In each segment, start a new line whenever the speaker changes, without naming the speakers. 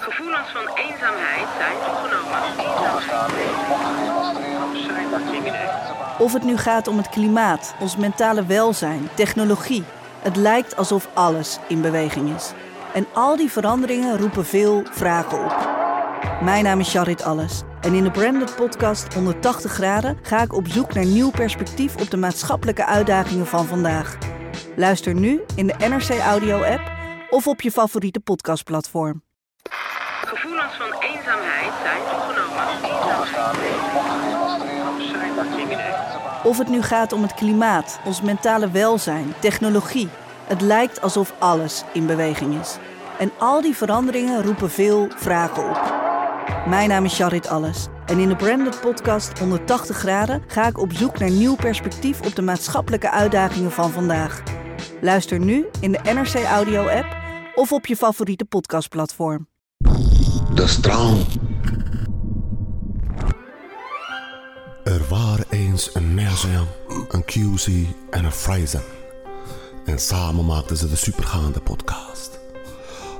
Gevoelens van eenzaamheid zijn toegenomen.
Of het nu gaat om het klimaat, ons mentale welzijn, technologie. Het lijkt alsof alles in beweging is. En al die veranderingen roepen veel vragen op. Mijn naam is Charit Alles. En in de Branded Podcast 180 graden ga ik op zoek naar nieuw perspectief op de maatschappelijke uitdagingen van vandaag. Luister nu in de NRC Audio app of op je favoriete podcastplatform.
Gevoelens van eenzaamheid zijn toegenomen.
Of het nu gaat om het klimaat, ons mentale welzijn, technologie. Het lijkt alsof alles in beweging is. En al die veranderingen roepen veel vragen op. Mijn naam is Charit Alles. En in de Branded Podcast 180 graden ga ik op zoek naar nieuw perspectief op de maatschappelijke uitdagingen van vandaag. Luister nu in de NRC Audio app of op je favoriete podcastplatform.
De straal.
Er waren eens een Merzian, een QC en een Frizen. En samen maakten ze de supergaande podcast.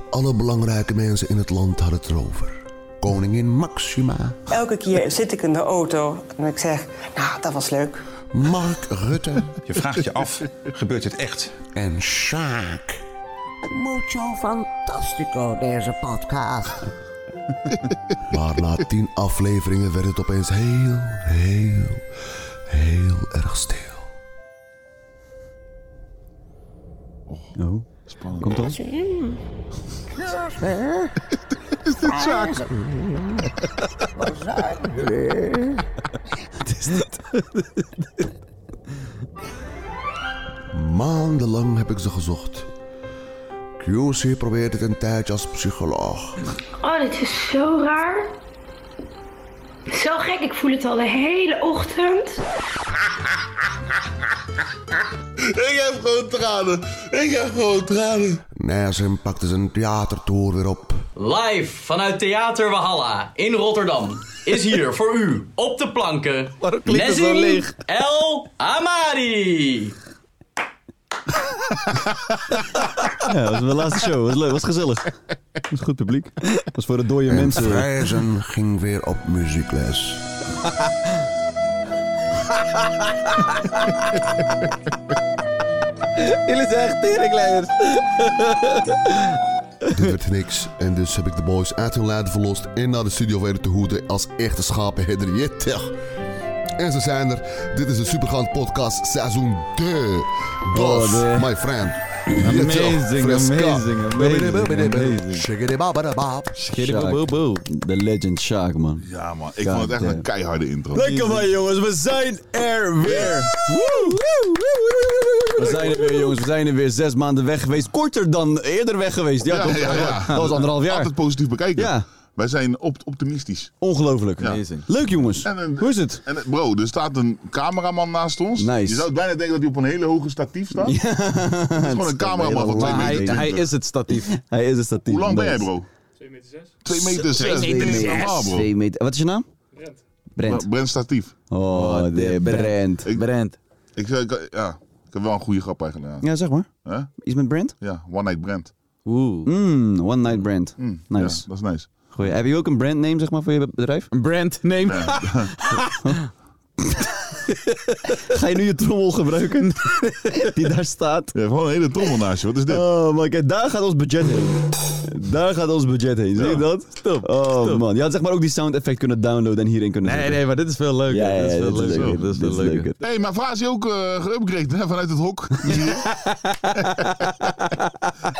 Alle belangrijke mensen in het land hadden het erover. Koningin Maxima,
Elke keer zit ik in de auto en ik zeg, nou, dat was leuk.
Mark Rutte
Je vraagt je af, gebeurt het echt?
en Sjaak.
Mucho fantastico, deze podcast.
Maar na tien afleveringen werd het opeens heel, heel, heel erg stil.
Komt dan?
Maandenlang heb ik ze gezocht. QC probeerde het een tijdje als psycholoog.
Oh, dit is zo raar. Zo gek, ik voel het al de hele ochtend.
Ik heb gewoon tranen. Ik heb gewoon tranen.
Nersen pakte zijn theatertour weer op.
Live vanuit Theater Wahalla in Rotterdam is hier voor u op de planken
Waarom klinkt het zo
Nezzy
leeg?
El Amari.
Ja, dat was mijn laatste show. was leuk, was gezellig. was goed publiek. was voor de dode
En
mensen.
Vrijzen ging weer op muziekles.
Jullie zijn echt teringleiders.
Dit werd niks en dus heb ik de boys uit hun lijden verlost en naar de studio weten te hoeden als echte schapenherder. Jetteg. En ze zijn er. Dit is de Supergaand Podcast seizoen 2. Dos,
Oh, nee.
my friend.
Amazing, amazing, amazing, amazing.
amazing.
Bobo. De legend Sjaak, man.
Ja, man. Ik vond het echt een keiharde intro.
Lekker Oh, man, jongens. We zijn er weer. We zijn er weer, jongens. We zijn er weer zes maanden weg geweest. Korter dan eerder weg geweest. Ja, toch? Dat was anderhalf jaar.
Altijd positief bekijken.
Ja.
Wij zijn op- optimistisch.
Ongelooflijk.
Amazing.
Leuk, jongens.
En een-
Hoe is het?
En eh, bro, er staat een cameraman naast ons.
Nice.
Je zou bijna denken dat hij op een hele hoge statief staat. Het is gewoon een cameraman van 2
Maar
meter.
hij-
twintig.
het statief. Hij is het statief.
Hoe lang ben jij,
Nice.
bro? 2 meter 6. 2 meter 6. Dit is normaal, bro.
Twee meter. Wat is je naam? Brent.
Maar Brent statief.
Oh, de Brent.
Ik-
Brent.
Ik, zei, ik, ja, ik heb wel een goede grap eigenlijk. Ja,
Ja, zeg maar.
Hè?
Iets met Brent?
ja One Night Brand.
Mm, one night brand.
Ja,
Nice.
dat is nice.
Goeie. Heb je ook een brandname zeg maar voor je bedrijf? Een brandname? Ga je nu je trommel gebruiken die daar staat?
Je hebt gewoon een hele trommel naast je. Wat is dit?
Oh my god, daar gaat ons budget heen. Daar gaat ons budget heen. Zie je
Ja.
dat? Stop. Oh man, je had zeg maar ook die sound effect kunnen downloaden en hierin kunnen zetten.
Nee, nee, maar dit is veel leuker.
Ja, ja,
dit is
ja,
veel
dit is
leuker.
leuker.
Dit is veel
Dit is
leuker.
leuker.
Hé, hey, maar Vraag is ook eh geüpgraded hè, vanuit het hok.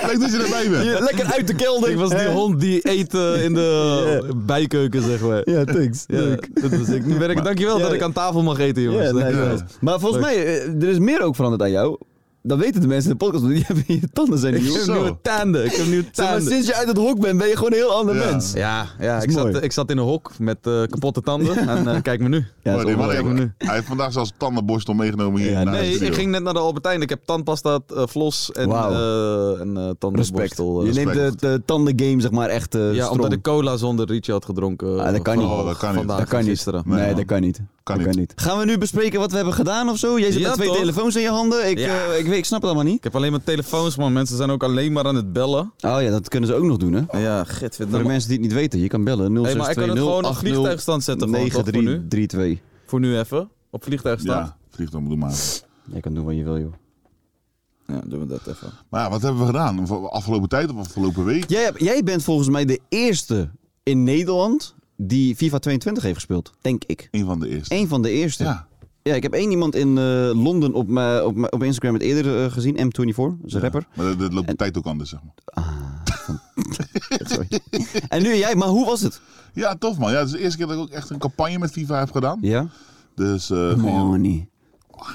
Leuk dat je erbij bent.
Ja, lekker uit de kelder.
Ik was die hond die eet eh, in de bijkeuken, zeg maar.
Ja, thanks.
Ja,
Leuk.
dat was ik. Nu ben ik, dankjewel
Ja.
dat ik aan tafel mag eten, jongens.
Ja, nice,
Dankjewel.
nice. Maar volgens mij, eh, er is meer ook veranderd aan jou. Dat weten de mensen in de podcast, want die hebben je tanden zijn
Ik
nieuw.
heb
Zo.
nieuwe tanden. Ik heb nieuwe
Zeg maar,
tanden.
sinds je uit het hok bent, ben je gewoon een heel ander
Ja.
mens.
Ja, ja
is
ik,
mooi.
zat, ik zat in een hok met eh, kapotte tanden. En eh, kijk me nu.
Ja,
Oh, nee,
dat is
wacht
ongelooflijk.
even.
nu.
Hij heeft vandaag zelfs tandenborstel meegenomen hier.
Ja,
naar de
Nee,
studio.
ik ging net naar de Albertijn. Ik heb tandpasta, eh, flos en,
Wauw.
eh, en eh,
Respect.
tandenborstel. eh,
Je neemt de, de tandengame zeg maar echt eh
ja, omdat
strong.
ik cola zonder rietje had gedronken. eh,
Ah, dat kan niet.
Oh, dat kan niet.
Vandaag
Dat kan
en
niet.
gisteren.
Nee,
Nee,
dat
man.
kan niet.
Kan
dat
niet.
Gaan we nu bespreken wat we hebben gedaan of zo? Jij zit
Ja,
met twee
toch?
telefoons in je handen. Ik,
Ja.
eh, ik
weet- ik snap het allemaal niet. Ik heb alleen maar telefoons, man. Mensen zijn ook alleen maar aan het bellen.
Oh ja, dat kunnen ze ook nog doen, hè?
Ja, git.
Voor de mensen die het niet weten, je kan bellen
Hey,
0620
maar ik kan het gewoon op vliegtuigstand zetten, gewoon, toch, voor nu?
9332.
Voor nu even. Op vliegtuigstand.
Ja, vliegtuig moet doen maar.
Je kan doen wat je wil, joh.
Ja, doen we dat even.
Maar ja, wat hebben we gedaan? Voor de Afgelopen tijd of afgelopen week?
Jij, hebt- jij bent volgens mij de eerste in Nederland die FIFA 22 heeft gespeeld, denk ik.
Eén van de eerste.
Eén van de eerste.
Ja.
Ja, ik heb één iemand in eh, Londen op, mijn- op, mijn- op Instagram het eerder eh, gezien, M24, dat is een rapper.
Maar Eh, dat, dat loopt de tijd ook anders, zeg maar.
Ah, En nu jij, maar hoe was het?
Ja, tof man. Ja, het is de eerste keer dat ik ook echt een campagne met FIFA heb gedaan.
Ja?
Dus eh, Ah,
Money.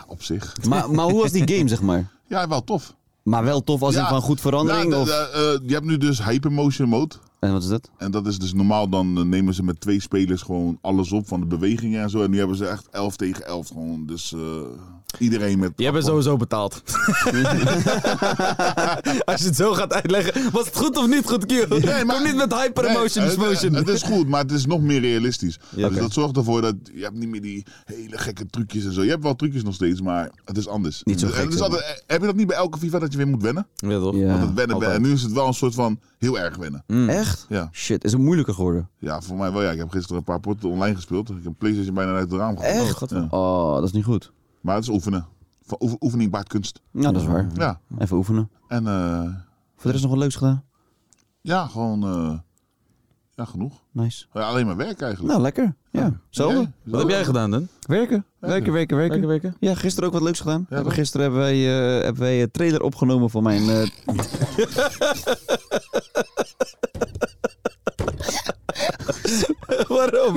op zich.
Maar, maar hoe was die game, zeg maar?
Ja, wel tof.
Maar wel tof als in
Ja,
van goed verandering?
ja, de-
of...
de- eh, je hebt nu dus Hypermotion Mode.
En wat is dat?
En dat is dus normaal, dan eh, nemen ze met twee spelers gewoon alles op van de bewegingen en zo. En nu hebben ze echt 11 tegen 11 gewoon. Dus eh, iedereen met.
Je hebt sowieso betaald. Als je het zo gaat uitleggen. Was het goed of niet goed, Kiel? Kom niet met hyperemotion,
Nee,
emotion.
het- Het, is goed, maar het is nog meer realistisch. dus
oké.
dat zorgt ervoor dat je hebt niet meer die hele gekke trucjes en zo. Je hebt wel trucjes nog steeds, maar het is anders.
Niet zo
En
gek,
het is
zeg maar.
altijd- eh, heb je dat niet bij elke FIFA dat je weer moet wennen?
Ja, toch?
Ja.
Want het wennen,
altijd. Mm.
wennen. En nu is het wel een soort van heel erg wennen.
Echt?
Ja.
Shit, is het moeilijker geworden?
Ja, voor mij wel. Ja. Ik heb gisteren een paar potten online gespeeld. Ik heb PlayStation bijna uit het raam gegooid.
Echt?
Ja.
Oh, dat is niet goed.
Maar het is oefenen. Van oefen- Oefening baart kunst.
Ja, dat is waar.
Ja.
Even oefenen.
En eh,
Voor de rest nog wat leuks gedaan?
ja, gewoon eh, ja, genoeg.
Nice.
Ja, alleen maar werk eigenlijk.
Nou, lekker. Ja, zelfde.
Jij?
Wat heb jij gedaan, dan?
Werken. Werken, werken, werken.
Weken, weken?
Ja, gisteren ook wat leuks gedaan.
Ja, toch?
gisteren hebben wij, eh, hebben wij een trailer opgenomen van mijn... eh,
Waarom?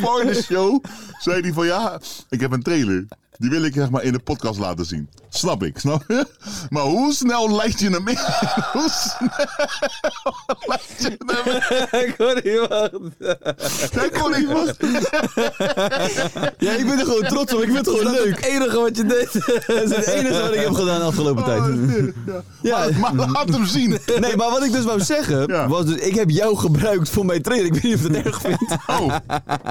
voor de show zei hij van ja, ik heb een trailer. Die wil ik zeg maar in de podcast laten zien. Snap ik, snap je? Maar hoe snel leid je hem in? hoe snel leid je hem in?
Ik hoor niet wachten.
Hij kon niet vast.
Ja, ik ben er gewoon trots op. Ik vind het gewoon leuk.
Het enige wat je deed.
Dat is het enige wat ik heb gedaan de afgelopen tijd. Ja.
Oh, Maar laat hem zien.
Nee, maar wat ik dus wou zeggen,
Ja.
was dus, ik heb jou gebruikt voor mijn trailer. Ik weet niet of je dat erg vindt.
Oh,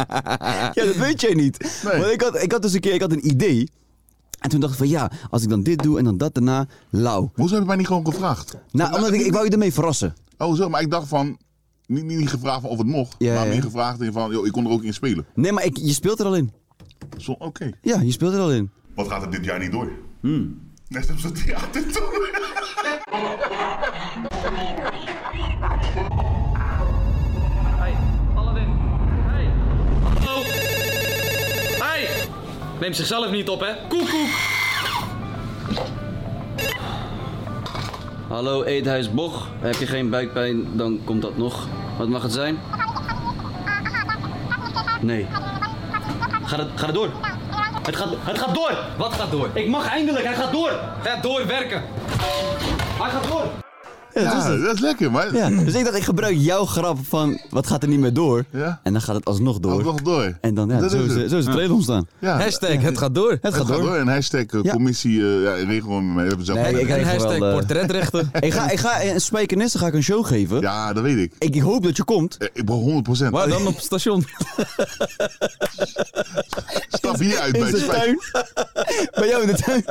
Ja, dat weet jij niet.
Nee.
Want ik had, ik had dus een keer ik had een idee. En toen dacht ik van ja, als ik dan dit doe en dan dat daarna, lauw.
hoezo heb je mij niet gewoon gevraagd?
Nou, omdat ik, ik wou je ermee verrassen.
Oh, zo, maar ik dacht van. Niet, niet, niet gevraagd van of het mocht,
Ja,
maar
ja.
meer gevraagd in van, joh, ik kon er ook in spelen.
Nee, maar ik, je speelt er al in.
Zo, oké.
Ja, je speelt er al in. Hmm.
Wat gaat er dit jaar niet door? Net op zo'n theater toe.
Aladdin. Hey. Hallo. Hey. Neemt zichzelf niet op, hè? Koek, koek.
Hallo Eethuis Boch, heb je geen buikpijn, dan komt dat nog. Wat mag het zijn? Nee.
Gaat het, gaat het door? Het gaat, het gaat door! Wat gaat door? Ik mag eindelijk, hij gaat door! Ga doorwerken! Hij gaat door!
Ja, dat is, lekker, maar.
Ja, dus ik dacht, ik gebruik jouw grap van wat gaat er niet meer door.
Ja.
En dan gaat het alsnog
Had
door.
nog door.
En dan, ja,
Dat
zo
is
is,
het.
zo is de trailer ontstaan.
Ja,
Hashtag, het gaat door.
Het gaat door.
En hashtag eh,
Ja.
commissie eh, ja, regel hem. eh, hebben ze zelf
Nee,
gedaan.
ik-
En
krijg
hashtag
wel, eh,
portretrechten.
Ik ga, ik ga in Spijkenissen ga ik een show geven.
Ja, dat weet ik.
Ik, ik hoop dat je komt.
Eh, Ik ben 100 procent.
Waar dan op het station?
Stap hier uit
In
bij
zijn
Spijt.
tuin. Bij jou in de tuin.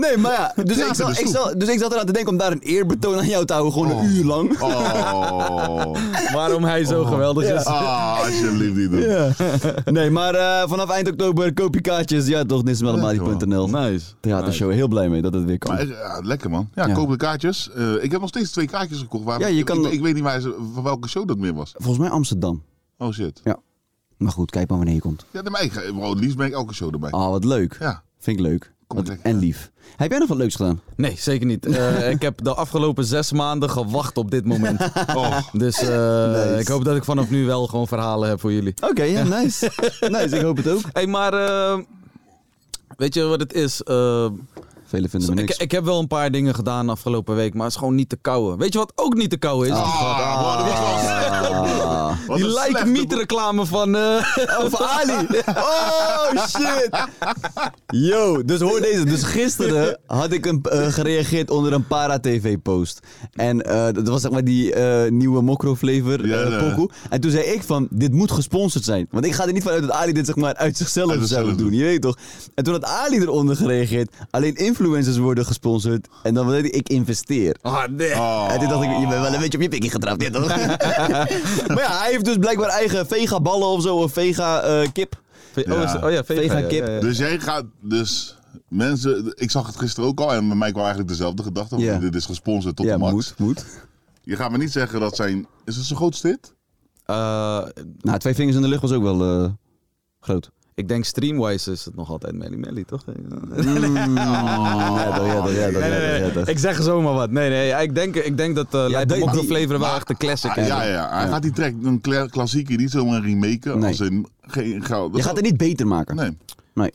Nee, maar ja. Dus,
Ja,
ik,
ik zit
zal,
in de
ik
stoel.
zal, dus ik zat eraan te denken om daar een eerbetoon aan jou te houden. Gewoon een uur lang.
Oh,
Waarom hij zo geweldig is.
ah, alsjeblieft niet doen. Ja.
Nee, maar eh, vanaf eind oktober koop je kaartjes. Ja, toch, nismelamadi.nl.
Nice.
Theatershow, heel blij mee dat het weer kan.
Maar, eh, ja, lekker man. Ja, koop de kaartjes. Eh, ik heb nog steeds twee kaartjes gekocht. Waar
Ja, je kan-
ik, ik weet niet waar ze, van welke show dat meer was.
Volgens mij Amsterdam.
Oh shit.
Ja. Maar goed, kijk maar wanneer je komt.
Ja, maar ik, ga- bro, het liefst ben ik elke show erbij.
Ah, wat leuk.
Ja.
Vind ik leuk.
Kom
Wat-
lekker.
en lief. Heb jij nog wat leuks gedaan?
Nee, zeker niet. Eh, ik heb de afgelopen zes maanden gewacht op dit moment.
Oh,
Dus eh, ik hoop dat ik vanaf nu wel gewoon verhalen heb voor jullie.
Oké, ja, nice. nice, ik hoop het ook.
Hé, hey, maar eh, weet je wat het is? Eh,
Velen vinden me
ik,
niks.
ik heb wel een paar dingen gedaan afgelopen week, maar het is gewoon niet te kouwen. Weet je wat ook niet te kouwen is?
ah, ah, Wat
Die
een
like
slechte
meet reclame van, eh van Ali. Oh shit. Yo, dus hoor deze. Dus gisteren had ik een, eh, gereageerd onder een Para-TV-post. En eh, dat was zeg maar die eh, nieuwe Mokro-flavor
Ja,
eh,
ja.
pokoe. En toen zei ik van, dit moet gesponsord zijn. Want ik ga er niet vanuit dat Ali dit zeg maar uit zichzelf zou doen. Je weet toch? En toen had Ali eronder gereageerd. Alleen influencers worden gesponsord. En dan weet ik, ik investeer.
Ah, nee.
En toen dacht ik, je bent wel een beetje op je pikkie getrapt, ja toch? maar ja, hij heeft dus blijkbaar eigen vega ballen of zo, of vega eh, kip.
oh,
kip.
Dus jij gaat dus... Mensen, ik zag het gisteren ook al en bij mij kwam eigenlijk dezelfde gedachte. van
Ja.
Dit is gesponsord tot
Ja,
de max.
moet, moet.
Je gaat me niet zeggen dat zijn... Is het zo groot als dit?
Eh,
nou, twee vingers in de lucht was ook wel eh, groot. Mm.
Ik denk streamwise is het nog altijd Melly Melly, toch?
ja, toch, ja, toch, ja, toch,
Nee, nee, nee.
ja, toch.
Ik zeg zomaar wat. Nee, nee. Ik denk, ik denk dat eh Lijpe
die-
Mokro
die-
Flavor wel echt een classic
Ah,
is.
ja, ja, hij gaat die track, een kla- klassieker, niet zomaar remaken. Als in, geen, ga,
Je gaat het niet beter maken.
Nee.
Nee.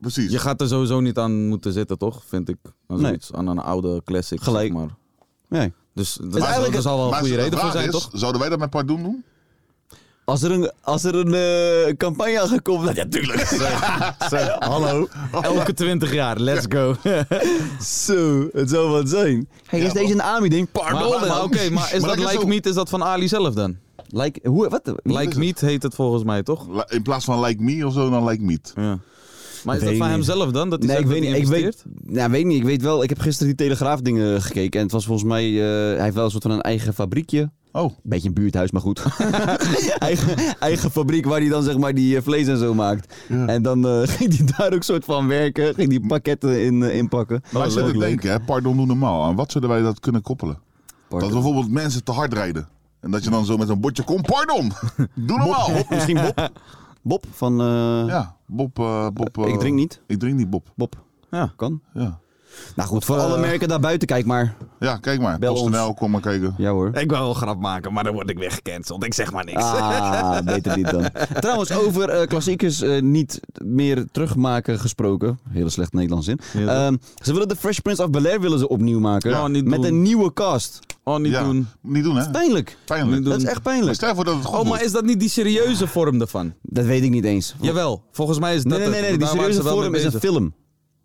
Precies.
Je gaat er sowieso niet aan moeten zitten, toch? Vind ik. Aan, zoiets, aan een oude classic. Gelijk. maar.
Nee.
Dus dat
Maar-
zal- er zal wel een
maar
goede
de
reden voor
vraag is,
zijn, toch?
Zouden wij dat met Pardoen doen?
Als er een, als er een eh, campagne aan gaat komen, dan ja, tuurlijk. Hallo.
Elke 20 jaar, let's go.
Zo, het zou wat zijn. Hey, is deze een AMI-ding?
Maar, maar- maar oké, maar is dat Like Meat, is dat van Ali zelf dan?
Like, hoe, wat?
Like Meat heet het volgens mij, toch?
In plaats van Like Me of zo, dan Like Meat.
Ja. Maar is
Weet
dat van
niet.
hem zelf dan? Dat hij
nee, ik
zegt
weet
dat
niet.
hij
Ik weet,
investeert?
nou, weet niet. Ik weet wel. Ik heb gisteren die Telegraaf-dingen gekeken. En het was volgens mij. eh, hij heeft wel een soort van een eigen fabriekje.
Oh.
Beetje een buurthuis, maar goed. eigen, eigen fabriek waar hij dan zeg maar die eh, vlees en zo maakt. En dan eh, ging hij daar ook soort van werken. Ging die pakketten in, eh, inpakken.
Maar ik zit te denken, hè, Pardon doe normaal. Aan wat zullen wij dat kunnen koppelen? Dat we bijvoorbeeld mensen te hard rijden. En dat je dan zo met een bordje komt, pardon! Doe normaal!
Bob, misschien Bob. Bob van...
ja, Bob. eh, Bob
Ik drink niet.
Ik drink niet Bob.
Bob.
Ja.
Kan.
Ja.
Nou goed, voor alle merken daarbuiten, kijk maar.
Ja, kijk maar.
Bel
PostNL,
ons.
kom maar kijken.
Ja hoor.
Ik wil wel een grap maken, maar dan word ik weer gecanceld. Ik zeg maar niks.
Ah, beter niet dan. Trouwens, over eh, klassiekers eh, niet meer terugmaken gesproken. Heel slecht Nederlands in. Ehm, ze willen de Fresh Prince of Bel-Air willen ze opnieuw maken.
Ja, niet
met
doen.
een nieuwe cast.
Nou, Oh, niet
Ja,
doen.
Niet doen, hè?
Pijnlijk.
Pijnlijk.
Niet doen.
Dat is echt pijnlijk.
Stel voor dat het goed
Oh, maar is dat niet die serieuze vorm ervan?
Dat weet ik niet eens.
Jawel, volgens mij is dat...
Nee, nee, nee,
het.
nee, die
Daar waren
serieuze
ze wel mee
vorm is een
bezig. Oh.
film.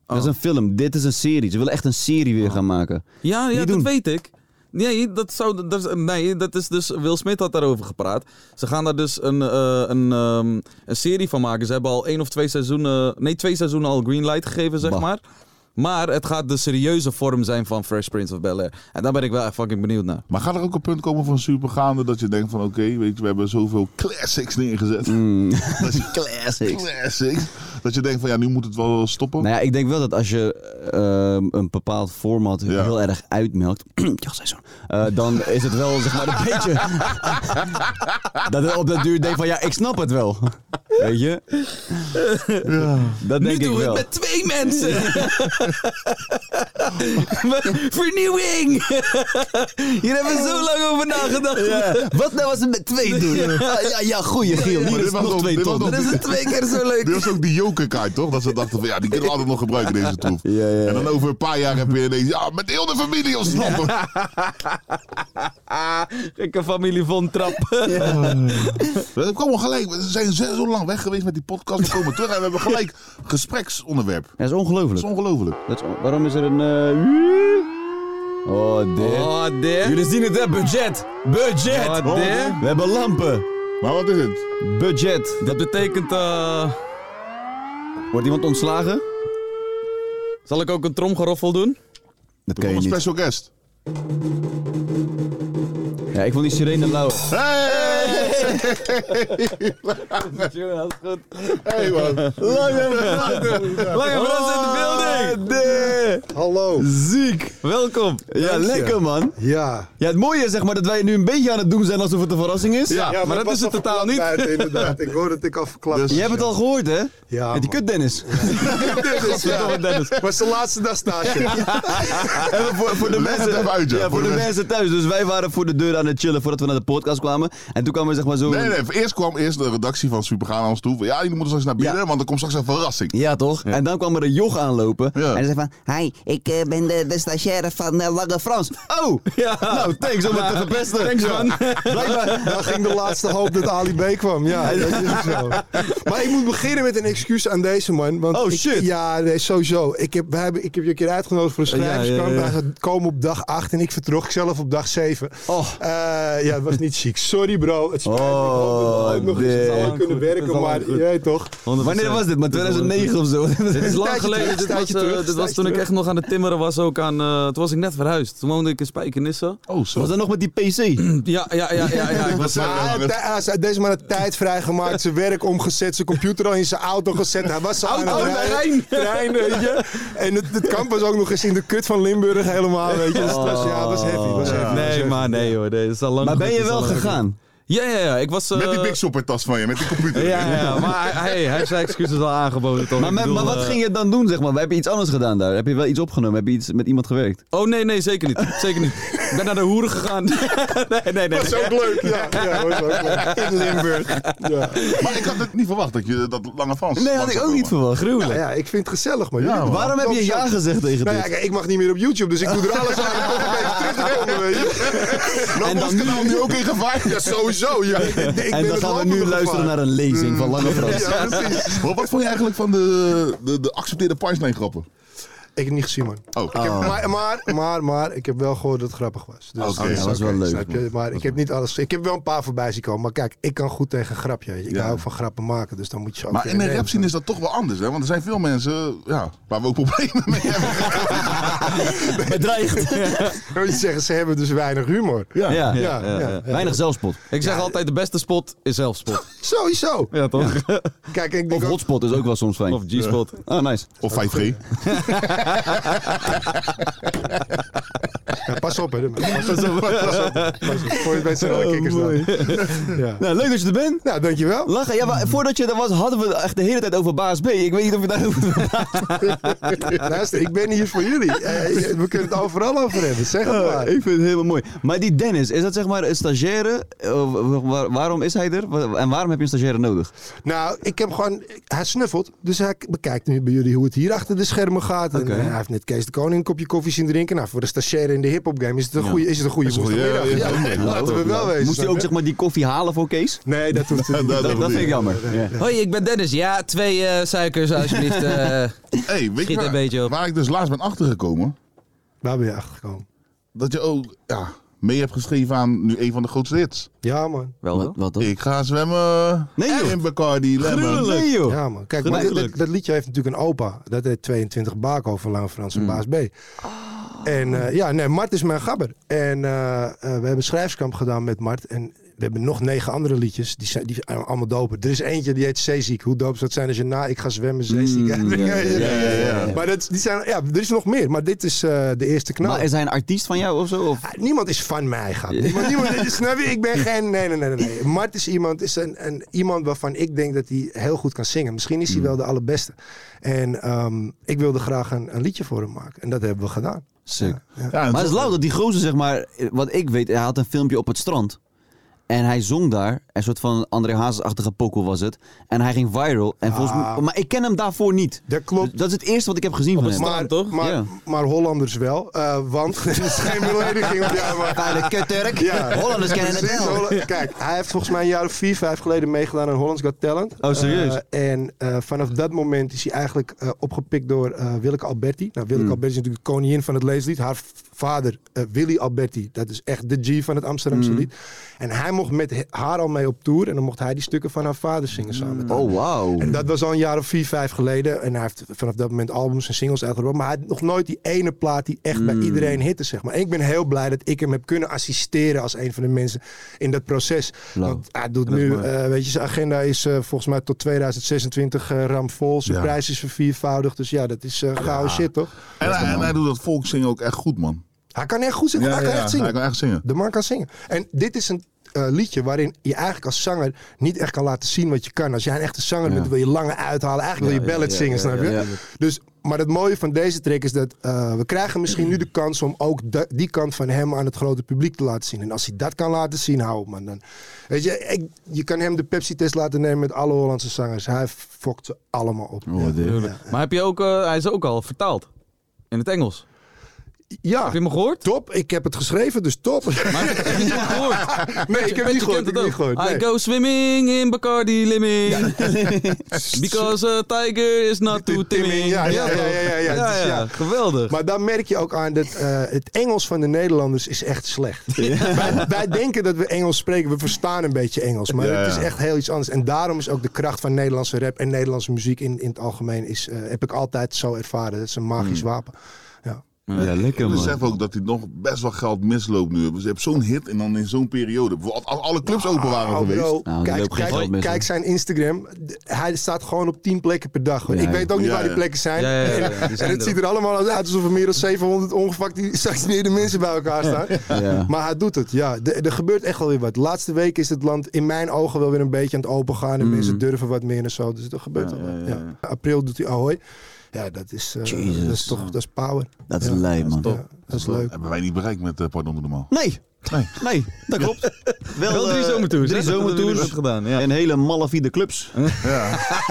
Dat is een film. Dit is een serie. Ze willen echt een serie weer gaan maken.
Ja, ja
Niet
dat
doen.
weet ik. Nee dat, zou, dat, is- nee, dat is dus. Will Smith had daarover gepraat. Ze gaan daar dus een, eh, een, ehm, een serie van maken. Ze hebben al één of twee seizoenen. Nee, twee seizoenen al greenlight gegeven, zeg
Bah.
maar. Maar het gaat de serieuze vorm zijn van Fresh Prince of Bel Air. En daar ben ik wel echt fucking benieuwd naar.
Maar gaat er ook een punt komen van supergaande dat je denkt van oké, weet je, we hebben zoveel classics neergezet.
Mm.
Dat je,
classics.
classics. Dat je denkt van ja, nu moet het wel stoppen.
Nou ja, ik denk wel dat als je ehm, een bepaald format heel erg uitmelkt, ja, zei zo'n, eh, dan is het wel zeg maar een beetje dat het op dat duur denkt van ja, ik snap het wel, weet je? Dat denk ik wel.
twee mensen. Vernieuwing! Hier hebben we zo lang over nagedacht.
Ja, Wat nou als we met twee doen? Ah, ja, ja, goeie Giel.
Maar
Hier
dit
is
was
nog
ook-
twee
dit
ton.
was ook-
Dat is het twee keer zo
Dit
leuk.
was ook die jokerkaart, toch? Dat ze dachten van ja, die kunnen we altijd nog gebruiken, deze troef. En dan over een paar jaar heb je ineens, ja, met heel de familie ontsnappen.
Gekke Ah, familie van Trap.
We komen gelijk, we zijn zo zo lang weg geweest met die podcast, we komen terug en we hebben gelijk gespreksonderwerp.
Dat is
Dat is
ongelooflijk.
ongelooflijk.
Dat is- Waarom is er een... eh, Oh, dit.
Oh, damn.
Jullie zien het, hè? Budget. Budget.
Oh, damn.
We hebben lampen.
Maar wat is het?
Budget.
Dat betekent... eh,
Wordt iemand ontslagen?
zal ik ook een tromgeroffel doen?
Dat
Er komt
kan je
een
niet.
special guest.
Ja, ik vond die sirene lauw.
Hey!
dat is goed.
Hey man.
Lange
Oh,
Frans in de building!
Hallo.
Ziek.
Welkom!
Ja,
Dank je.
lekker man.
Ja.
Ja, het mooie is zeg maar dat wij nu een beetje aan het doen zijn alsof het een verrassing is.
Ja,
maar dat
was
is het
al
totaal niet.
verklapt Uit, inderdaad. Ik hoor dat ik al verklapt
Je hebt het al gehoord hè?
Ja,
Met
man.
die kut Dennis.
Dennis, ja.
Dennis.
Maar zijn laatste dag stage.
En voor, voor de
Leg het
mensen,
even uit, ja,
ja, voor de mensen thuis. Dus wij waren voor de deur aan het chillen voordat we naar de podcast kwamen. En toen kwamen we zeg
maar zo.
Nee, nee. Eerst kwam eerst de redactie van Supergaan aan ons toe. Van, ja, jullie moeten straks naar binnen, want er komt straks een verrassing.
Ja, toch? En dan kwam er een joch aanlopen.
Ja.
En
En zei van, hi, ik eh, ben de, de stagiaire van eh, Lange Frans.
Oh!
Ja.
Nou, thanks om het te verpesten. Thanks, man.
Blijkbaar, daar ging de laatste hoop dat Ali B kwam. Ja, dat is ook zo. Maar ik moet beginnen met een excuus aan deze man. Want oh, shit. ja, nee, sowieso. Ik heb, wij hebben, ik heb je een keer uitgenodigd voor een
Ja, ja,
schrijverskamp.
ja.
Wij gaan komen op dag 8 en ik vertrok Ik zelf op dag 7.
Oh.
ja, het was niet chic. Sorry, bro. Het spijt me. Ik hoop
Oh,
dat we ooit nog eens samen kunnen werken, maar jij toch.
Wanneer was dit? Maar 2009 of zo?
Dit is lang
Tijdje
geleden.
terug,
Dit was,
tijdje
eh, dit
terug,
was
tijdje
toen ik
terug.
echt nog aan het timmeren was. Ook aan, eh, toen was ik net verhuisd. Toen woonde ik in Spijkenisse.
Oh, zo.
Was dat nog met die PC?
Ja, ja, ja. ja, ja, ik was,
Maar hij had tij- hij had deze man had tijd vrijgemaakt, zijn werk omgezet, zijn computer al in zijn auto gezet. Hij was zo aan
Auto,
het rijden. Trein, weet je. En het, het kamp was ook nog eens in de kut van Limburg helemaal, weet je. Dus het was, ja, het was heavy. het Was heavy.
Oh. nee, maar nee hoor. Dit is al lang
Maar ben
dit
je
is al
wel
lang
gegaan?
Ja, ja, ja. Ik was... eh,
Met die Big Shopper tas van je, met die computer.
Ja, ja, maar hij, hij- hij heeft zijn excuses al aangeboden. Toch?
Maar,
Ik
maar,
bedoel,
maar wat
eh,
ging je dan doen, zeg maar? Heb je iets anders gedaan daar? Heb je wel iets opgenomen? Heb je iets met iemand gewerkt?
Oh nee, nee, zeker niet. Zeker niet. Ik ben naar de hoeren gegaan. nee, nee, nee.
Dat is ook leuk, ja. ja dat was ook leuk. In Limburg. Ja.
Maar ik had het niet verwacht dat je dat lange Frans.
Nee, had
langs
ik
zou
ook niet
komen.
verwacht.
Ja,
Gruwelijk.
ja, ik vind het gezellig, man.
Ja,
Jullie-
man.
Waarom heb je
Top
ja
shit.
gezegd tegen
Nou ja,
dit?
kijk, ik mag niet meer op YouTube, dus ik doe er alles aan om toch een beetje terug te komen, weet je.
Nou,
En
was
dan
het kanaal nu ook in gevaar.
Ja, sowieso. Ja. Ik, ik ben
En dan
het
gaan we
lopende
nu luisteren
gevaar.
naar een lezing van Lange Frans.
Ja, precies. Maar wat vond je eigenlijk van de, de, de accepteerde punchline grappen?
Ik heb het niet gezien, man.
Oh,
Ik heb, maar, maar, maar, maar, ik heb wel gehoord dat het grappig was. Dus,
Oké,
dus,
dat was wel
oké,
leuk,
snap je?
man.
Maar ik heb niet alles. Ik heb wel een paar voorbij zien komen. Maar kijk, ik kan goed tegen een grapje. weet je. Ik
Ja.
hou ook van grappen maken, dus dan moet je ze ook
Maar
weer
in de
nemen.
rap scene is dat toch wel anders, hè? Want er zijn veel mensen ja, waar we ook problemen mee
Bedreigd.
Dan moet je zeggen, ze hebben dus weinig humor.
Ja.
Ja.
Ja, ja, ja.
Weinig zelfspot.
Ik zeg altijd, de beste spot is zelfspot.
Sowieso.
Ja, toch?
Kijk, ik
Of
denk ook,
hotspot is ook wel soms fijn.
Of G-spot.
Oh, nice.
Of 5G.
Ja, pas op, hè. Pas op, pas op. Pas op. Voor je het weet zijn alle kikkers dan. Ja.
Oh, Nou, leuk dat je er bent.
Nou, dankjewel.
Lachen. Ja, maar voordat je er was, hadden we echt de hele tijd over Baas B. Ik weet niet of je daar...
Luister, ik ben hier voor jullie. Eh, We kunnen het overal over hebben. Zeg het
Oh,
maar.
ik vind het helemaal mooi. Maar die Dennis, is dat zeg maar een stagiaire? Eh, wa- wa- waarom is hij er? Wa- En waarom heb je een stagiaire nodig?
Nou, ik heb gewoon. Hij snuffelt. Dus hij bekijkt nu bij jullie hoe het hier achter de schermen gaat. En,
Oké.
eh, hij heeft net Kees de Koning een kopje koffie zien drinken. Nou, voor de stagiaire in de hip-hop game is het een
Ja.
goede, is het een goede
een goeie-
woensdagmiddag.
ja,
Ja,
ja, ja.
Laten we wel wezen.
Moest hij ook
snap
zeg maar die koffie halen voor Kees?
je? Nee, dat hoeft hij niet.
Dat- dat-
Dat vind ik jammer. Ja.
Hoi, ik ben Dennis. Ja, twee eh, suikers alsjeblieft. eh.
Hey, weet je
Schiet
waar,
een beetje op.
waar ik dus laatst ben achtergekomen?
Waar ben je achter gekomen?
Dat je ook ja, mee hebt geschreven aan nu een van de grootste hits.
Ja, man.
Wel hoor.
Wat
Ik ga zwemmen
Nee, joh.
in Bacardi Lemon.
Nee joh.
Ja, man. Kijk, maar dat,
Gruwelijk.
dat- dat liedje heeft natuurlijk een opa. Dat heet 22 Baco van Lange Frans
Hmm.
en Baas B.
Oh.
En eh, ja, nee, Mart is mijn gabber. En eh, eh, we hebben een schrijfskamp gedaan met Mart. En we hebben nog negen andere liedjes. Die zijn, die zijn allemaal dopen. Er is eentje die heet Zeeziek. Hoe doop zou het zijn als je na ik ga zwemmen zeeziek
Mm, ja, ja, ja, ja, ja.
Maar dat, die zijn, ja, er is nog meer. Maar dit is eh, de eerste knal.
Maar is hij een artiest van jou of zo? Of?
Ah, Niemand is van mij gaan. Niemand, niemand is, snap je? Ik ben geen. Nee, nee, nee, nee, nee. Mart is iemand, is een, een, iemand waarvan ik denk dat hij heel goed kan zingen. Misschien
Mm.
is hij wel de allerbeste. En ehm, ik wilde graag een, een liedje voor hem maken. En dat hebben we gedaan.
Sick.
Ja, en
Maar het
zo-
is lauw dat die gozer zeg maar... Wat ik weet, hij had een filmpje op het strand. En hij zong daar. Een soort van André Hazes-achtige pokoe was het. En hij ging viral. En volgens mij, maar ik ken hem daarvoor niet.
Ah.
Dus
Dat klopt.
Dat is het eerste wat ik heb gezien van hem.
Maar,
toch?
Maar,
Ja.
maar Hollanders wel. eh, want het is geen belediging op jou. Maar...
Vuile kutturk. Hollanders kennen het
Precies,
wel.
Holland- Kijk, hij heeft volgens mij een jaar of vier, vijf geleden meegedaan aan Holland's Got Talent.
Oh, serieus?
Eh, en eh, vanaf dat moment is hij eigenlijk eh, opgepikt door eh, Willeke Alberti. Nou,
Hmm.
Willeke Alberti is natuurlijk de koningin van het leeslied. Haar v- vader, eh, Willy Alberti, dat is echt de G van het Amsterdamse lied. En hij mocht met he- haar al mee op tour. En dan mocht hij die stukken van haar vader zingen samen met haar.
Oh, wauw.
En dat was al een jaar of vier, vijf geleden. En hij heeft vanaf dat moment albums en singles uitgebracht. Maar hij had nog nooit die ene plaat die echt bij iedereen hitte, zeg maar. En ik ben heel blij dat ik hem heb kunnen assisteren als een van de mensen in dat proces.
Lauw.
Want hij doet nu, eh, weet je, zijn agenda is eh, volgens mij tot 2026 eh, ramvol. Zijn
Ja.
prijs is verviervoudigd. Dus ja, dat is eh gouden shit, toch?
en, hij, en hij doet dat volkszingen ook echt goed, man.
Hij kan echt goed zingen. hij kan echt zingen.
Hij kan echt zingen.
De man kan zingen. En dit is een, eh, liedje waarin je eigenlijk als zanger niet echt kan laten zien wat je kan. Als jij een echte zanger
Ja.
bent, wil je lange uithalen. Eigenlijk wil
Ja,
je
ja,
ballad
ja,
zingen,
ja,
snap
ja,
je?
ja.
Dus, maar het mooie van deze track is dat eh, we krijgen misschien nu de kans om ook da- die kant van hem aan het grote publiek te laten zien. En als hij dat kan laten zien, hou op man. Dan, weet je, ik- je kan hem de Pepsi-test laten nemen met alle Hollandse zangers. Hij fokt ze allemaal op. Ja.
Tuurlijk. Maar heb je ook, eh, hij is ook al vertaald. In het Engels.
Ja.
Heb je hem gehoord?
Top. Ik heb het geschreven, dus top.
heb je het gehoord?
Nee, ik heb niet gehoord, ik heb niet gehoord, nee.
I go swimming in Bacardi Limming. Because a tiger is not too timming.
Ja, ja, ja, ja, ja, ja. Dus ja.
geweldig.
Maar dan merk je ook aan dat eh, het Engels van de Nederlanders is echt slecht. Wij, wij denken dat we Engels spreken, we verstaan een beetje Engels, maar
Ja,
het
ja.
is echt heel iets anders. En daarom is ook de kracht van Nederlandse rap en Nederlandse muziek in, in het algemeen, is, eh, heb ik altijd zo ervaren. Dat is een magisch wapen.
Ja, lekker
Ik
man.
besef ook dat hij nog best wel geld misloopt nu. Dus je hebt zo'n hit en dan in zo'n periode. Bijvoorbeeld Als alle clubs open waren
Oh,
geweest.
bro, kijk, kijk, kijk zijn Instagram. D- Hij staat gewoon op 10 plekken per dag. hoor.
Ja,
ik weet ook niet
ja,
waar die
ja.
plekken zijn.
Ja, ja, ja, ja, die
En- en
zijn
het
er
ziet er allemaal uit alsof er meer dan 700 ongevaccineerde mensen bij elkaar staan.
Ja.
Maar hij doet het, ja. De- Er gebeurt echt wel weer wat. De laatste week is het land in mijn ogen wel weer een beetje aan het opengaan. En mensen durven wat meer en zo. Dus er gebeurt wel wat. Ja. April doet hij ahoy. Ja, dat is, eh, dat is toch dat is power.
Dat
Ja,
is lijp man.
top. Dat is leuk.
Hebben wij niet bereikt met eh, Pardon Doe Normaal.
Nee.
Nee.
Nee, dat klopt. Wel,
Wel drie
eh,
zomertours,
Drie
hè? Dat hebben jullie
zomertours.
goed gedaan, ja.
En hele malafide clubs.
Ja.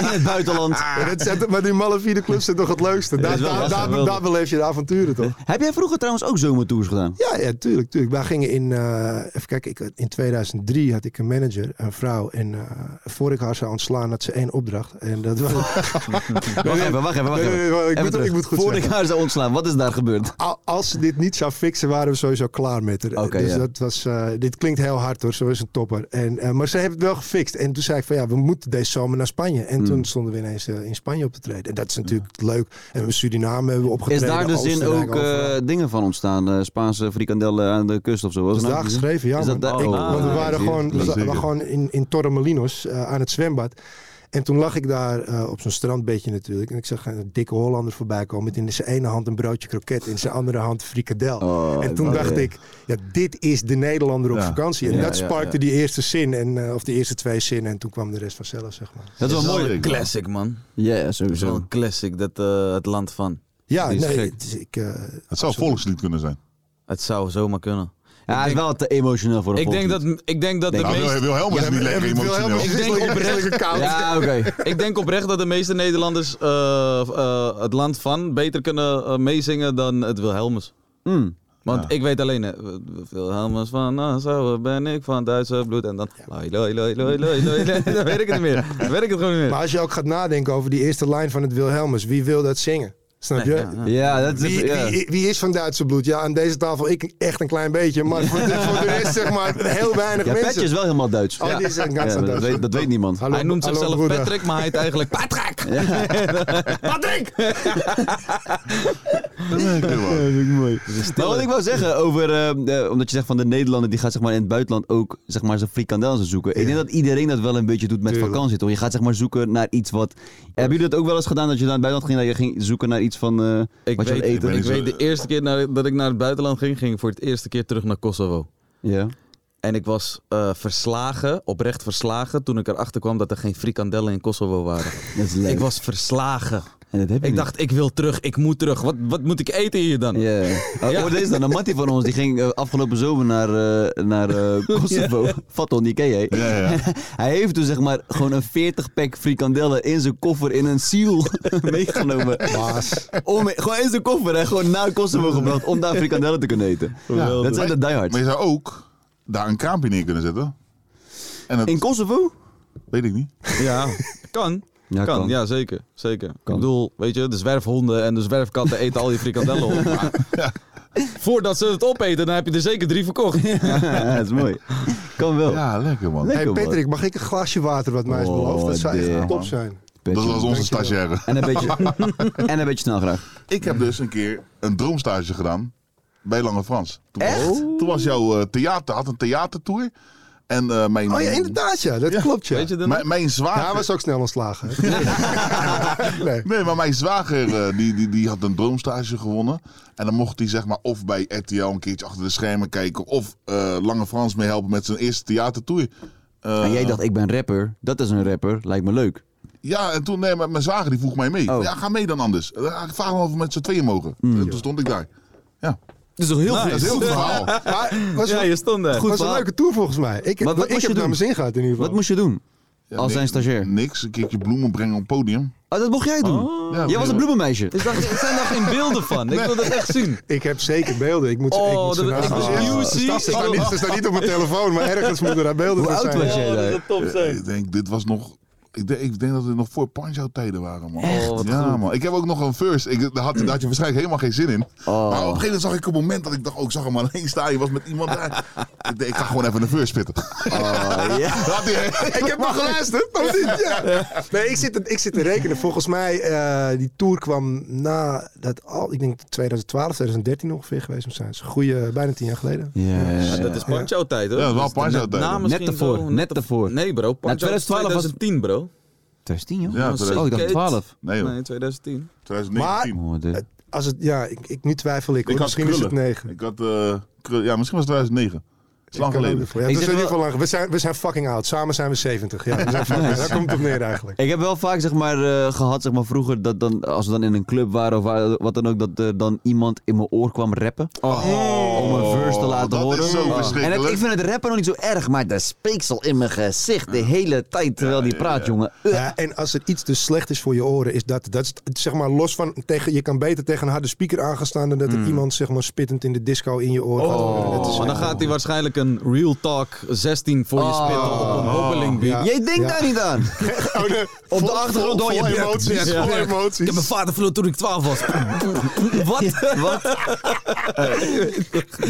In het buitenland.
Ja, dat zet, maar die malafide club zit toch het leukste.
Dat
Daar,
is wel
daar,
lastig,
daar,
wel.
daar beleef je de avonturen toch?
Heb jij vroeger trouwens ook zomertours gedaan?
Ja, ja, tuurlijk, tuurlijk. Wij gingen in, eh, even kijken, ik, in 2003 had ik een manager, een vrouw. En eh, voor ik haar zou ontslaan, had ze één opdracht. En dat was...
Wacht even, wacht even, wacht
Nee, nee, nee,
even.
nee, ik,
Even
moet,
terug.
ik moet goed
Voor ik
zeggen. Ah,
haar zou ontslaan, wat is daar gebeurd?
Al- Als ze dit niet zou fixen, waren we sowieso klaar met haar.
Oké,
dus
ja.
dat was, eh, dit klinkt heel hard hoor, zo is een topper. En, eh, maar ze heeft het wel gefixt. En toen zei ik van ja, we moeten deze zomer naar Spanje.
Hmm.
En toen stonden we ineens eh, in Spanje op te treden. En dat is natuurlijk leuk. En we Suriname hebben
Is
we opgetreden.
daar dus in
Oostenrijk,
ook
overal.
eh, dingen van ontstaan? eh, Spaanse frikandellen aan de kust of zo? nou?
Dat is daar geschreven, ja.
Is dat
man.
daar-
Ik-
Oh,
want we
ah,
waren
zie je.
gewoon, we
Zie
za-
je.
we waren gewoon in, in Torremolinos eh, aan het zwembad. En toen lag ik daar eh, op zo'n strandbedje natuurlijk. En ik zag een dikke Hollander voorbij komen. Met in zijn ene hand een broodje kroket. En in zijn andere hand frikadel.
Oh,
en toen
dat-
dacht
ja.
ik, ja, dit is de Nederlander op
Ja.
vakantie. En
Ja,
dat
ja,
sparkte
ja.
die eerste zin. En, eh, of de eerste twee zinnen. En toen kwam de rest vanzelf, zeg maar.
Dat is wel een
mooi.
classic, man.
Ja,
Dat is wel een classic, dat, eh, het land van.
Ja,
Die is
nee,
gek.
het, is- ik, eh,
Het zou volkslied kunnen zijn.
Het zou zomaar kunnen.
Ja, hij is wel te emotioneel voor een
Ik denk
volkslied.
dat, ik denk dat
Denk
de
ik.
meeste...
Nou, Wilhelmus is niet lekker Ja, Wilhelmus emotioneel. is
Ik denk
lekker-
oprecht...
lekker koud. Ja, oké.
ik denk oprecht dat de meeste Nederlanders eh, eh, het land van beter kunnen eh, meezingen dan het Wilhelmus.
Hmm.
Want ik weet alleen, eh, Wilhelmus van, nou zo ben ik van Duitse bloed. En dan, loi, loi, loi, loi, loi, loi, loi. dan weet ik het niet meer. Dan weet ik het gewoon niet meer.
Maar als je ook gaat nadenken over die eerste lijn van het Wilhelmus, wie wil dat zingen? Snap je?
Nee, ja, ja. Ja, dat is-
wie,
ja.
Wie, wie is van Duitse bloed? Ja, aan deze tafel ik echt een klein beetje. Maar voor de, voor de rest zeg maar heel weinig
ja,
mensen.
Petje is wel helemaal Duits.
Oh, die is een
Ja,
ganse
dat,
Duits.
weet, dat weet niemand.
Hallo,
hij noemt
hallo,
zichzelf
broeder.
Patrick, maar hij heet eigenlijk Patrick! Patrick!
mooi. Maar wat ik wou zeggen over, eh, eh, omdat je zegt van de Nederlander die gaat zeg maar in het buitenland ook zeg maar zijn frikandel zoeken. Ik denk dat iedereen dat wel een beetje doet met vakantie, toch? Je gaat zeg maar zoeken naar iets wat. Hebben jullie dat ook wel eens gedaan dat je naar het buitenland ging, dat je ging zoeken naar iets van eh,
Ik
wat je
weet,
wil eten?
ik weet de eerste keer naar- dat ik naar het buitenland ging, ging ik voor het eerste keer terug naar Kosovo.
Ja.
En ik was eh, verslagen, oprecht verslagen, toen ik erachter kwam dat er geen frikandellen in Kosovo waren.
Dat is leuk.
Ik was verslagen.
En dat heb
ik
je niet.
dacht, ik wil terug, ik moet terug. Wat, wat moet ik eten hier dan?
Oh,
Ja.
oh, deze dan, een mattie van ons, die ging eh, afgelopen zomer naar, eh, naar eh, Kosovo. Faton, die ken jij. hij heeft dus zeg maar gewoon een 40-pack frikandellen in zijn koffer in een seal meegenomen. Om, Oh, gewoon in zijn koffer, hè, gewoon naar Kosovo gebracht om daar frikandellen te kunnen eten. Dat zijn de diehards.
Maar je zou ook daar een kraampje neer kunnen zetten.
In Kosovo?
Weet ik niet.
Ja, kan.
Ja,
kan.
kan.
ja zeker. zeker. Ik bedoel, weet je, de zwerfhonden en de zwerfkatten eten al je frikandellen op. Maar Voordat ze het opeten, dan heb je er zeker drie verkocht.
Ja, dat is mooi. Kan
Oh.
wel.
Ja, lekker man.
hey Patrick, mag ik een glaasje water wat mij is beloofd? Dat zou echt
Oh, damn.
top zijn.
Dat was onze stagiaire.
En een beetje, en een beetje snel graag.
Ik heb dus een keer een droomstage gedaan bij Lange Frans. Toen Was, toen was jouw eh, theater, had een theatertour. En eh, mijn...
Oh ja, inderdaad ja, dat klopt ja.
mijn, mijn zwager...
Ja, hij was ook snel ontslagen.
nee. maar mijn zwager eh, die, die, die had een droomstage gewonnen. En dan mocht hij zeg maar of bij RTL een keertje achter de schermen kijken... of eh, Lange Frans mee helpen met zijn eerste theatertour. Eh,
en jij dacht, ik ben rapper. Dat is een rapper. Lijkt me leuk.
Ja, en toen, nee, maar mijn zwager die vroeg mij mee.
Oh.
Ja, ga mee dan anders. Eh, Ik vraag me of we met z'n tweeën mogen.
Hmm.
En toen stond ik daar. Ja.
Dat is toch heel
Dat is een heel goed verhaal.
ja, je stond daar.
Goed
was een
verhaal.
leuke tour volgens mij. Ik,
Maar wat
ik
moest je
heb naar
doen?
mijn zin gehad in ieder geval.
Wat moest je doen?
Ja,
Als
ni-
zijn stagiair.
Niks, een keertje bloemen brengen op het podium.
Oh, dat mocht jij doen? jij was een bloemenmeisje.
Is Dus daar, zijn daar geen beelden van? Ik wil dat echt zien.
Ik heb zeker beelden. Ik moet,
Oh,
ik moet
dat- ik wil
Ze
music.
staan- ze staan niet- ze staan niet op mijn telefoon, maar ergens moeten daar beelden
Hoe
van
oud
zijn.
was jij daar? Ik denk, dit was nog... Ik denk, ik denk dat het nog voor Punch-Out tijden waren, man. ja, man. Ik heb ook nog een first. Ik, daar, had, daar had je waarschijnlijk helemaal geen zin in. Maar op een gegeven moment zag ik een moment dat ik dacht... Oh, ik zag hem alleen staan. Je was met iemand daar. ik denk, ik ga gewoon even een first spitten.
Oh,
Ik heb nog geluisterd. of niet? Ja. Nee, ik zit, te- ik zit te rekenen. Volgens mij, eh die tour kwam na dat al, ik denk 2012, 2013 ongeveer geweest moet zijn. Dat is een goede, bijna tien jaar geleden.
Ja, dat is Pancho tijd hoor.
Ja, dat is wel
Dus de
Pancho
net-
tijd.
na
Net
misschien
ervoor,
zo-
net ervoor.
Nee bro, Pancho
2012
2012
was-
2010 bro.
2010, joh.
Ja,
oh,
toen-
ik dacht 12.
Nee, joh.
Nee, 2010.
2019.
Oh, dit-
Als het, ja, ik, ik, nu twijfel ik. hoor.
ik had
Misschien is
krullen.
het negen.
Ik had... eh, krullen. Ja, misschien was het 2009. Dat is lang
Ik kan
geleden.
ook ervoor. Ja, dat is in ieder geval lang. We zijn, we zijn fucking oud. Samen zijn we 70. Ja, we zijn fucking,
Nice.
Daar komt het op neer eigenlijk.
Ik heb wel vaak zeg maar, eh, gehad, zeg maar, vroeger, dat dan, als we dan in een club waren of waar- wat dan ook, dat er dan iemand in mijn oor kwam rappen. om een verse te laten
dat
horen.
is zo
Oh. en
verschrikkelijk.
het- ik vind het rappen nog niet zo erg, maar dat speeksel in mijn gezicht de hele tijd terwijl die praat, jongen.
Ja, en als er iets dus slecht is voor je oren, is dat, dat is, het- zeg maar los van, tegen, je kan beter tegen een harde speaker aangestaan dan dat
Mm.
er iemand zeg maar spittend in de disco in je oor gaat. Dat is-
Maar Oh, dan gaat hij waarschijnlijk een Real Talk 16 voor je spitten
Oh.
op een hobbeling beat.
Jij denkt daar niet aan.
Oh,
Op de
Vol-
achtergrond
vol-
hoor je
vol
Björk,
emoties,
Björk,
vol
Björk.
emoties.
Ik heb mijn vader verloren toen ik 12 was. Wat? Wat?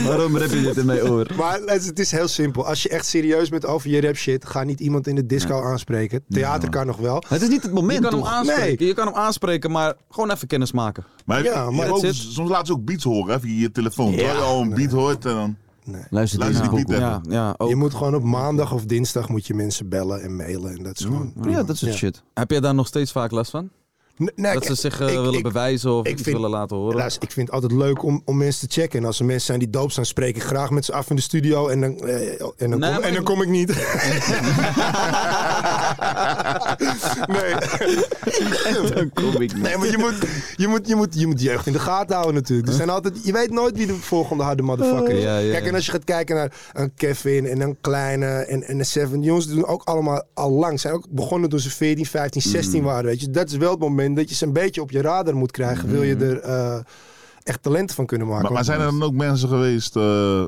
Waarom rap je dit in mijn oor?
Maar het, het is heel simpel. Als je echt serieus bent over je rap shit, ga niet iemand in de disco aanspreken. Theater kan nog wel.
Het is niet het moment,
Je kan, hem
toch?
aanspreken, je kan hem aanspreken, maar gewoon even kennis maken.
Maar,
Ja,
je-
maar
ook,
that's it.
soms laat ze ook beats horen, hè, via je telefoon. Terwijl je al een beat hoort en dan...
Luister,
Luister
deze
die beat
pokoe.
even.
Ja, ja, ook.
Je moet gewoon op maandag of dinsdag moet je mensen bellen en mailen. En dat is gewoon...
Ja, dat soort
Ja.
shit.
Heb jij daar nog steeds vaak last van?
N- nee,
dat ze
ik-
zich eh,
ik-
willen
ik-
bewijzen of
ik
iets
vind-
willen laten horen?
Luister, ik vind het altijd leuk om, om mensen te checken. En als er mensen zijn die doop zijn, spreek ik graag met ze af in de studio. En dan, eh, en
Nee,
dan, kom,
maar
en dan
ik-
kom ik niet. nee. nee, maar je moet, je, moet, je, moet, je moet jeugd in de gaten houden natuurlijk. Er zijn altijd, je weet nooit wie de volgende harde motherfucker is.
Ja, ja.
Kijk, en als je gaat kijken naar een Kevin en een Kleine en, en een Seven. Die jongens doen ook allemaal al lang. Zijn ook begonnen toen ze 14, 15, 16 waren. Weet je. Dat is wel het moment dat je ze een beetje op je radar moet krijgen. Wil je er... eh, echt talent van kunnen maken.
Maar, maar zijn er dan ook mensen geweest eh,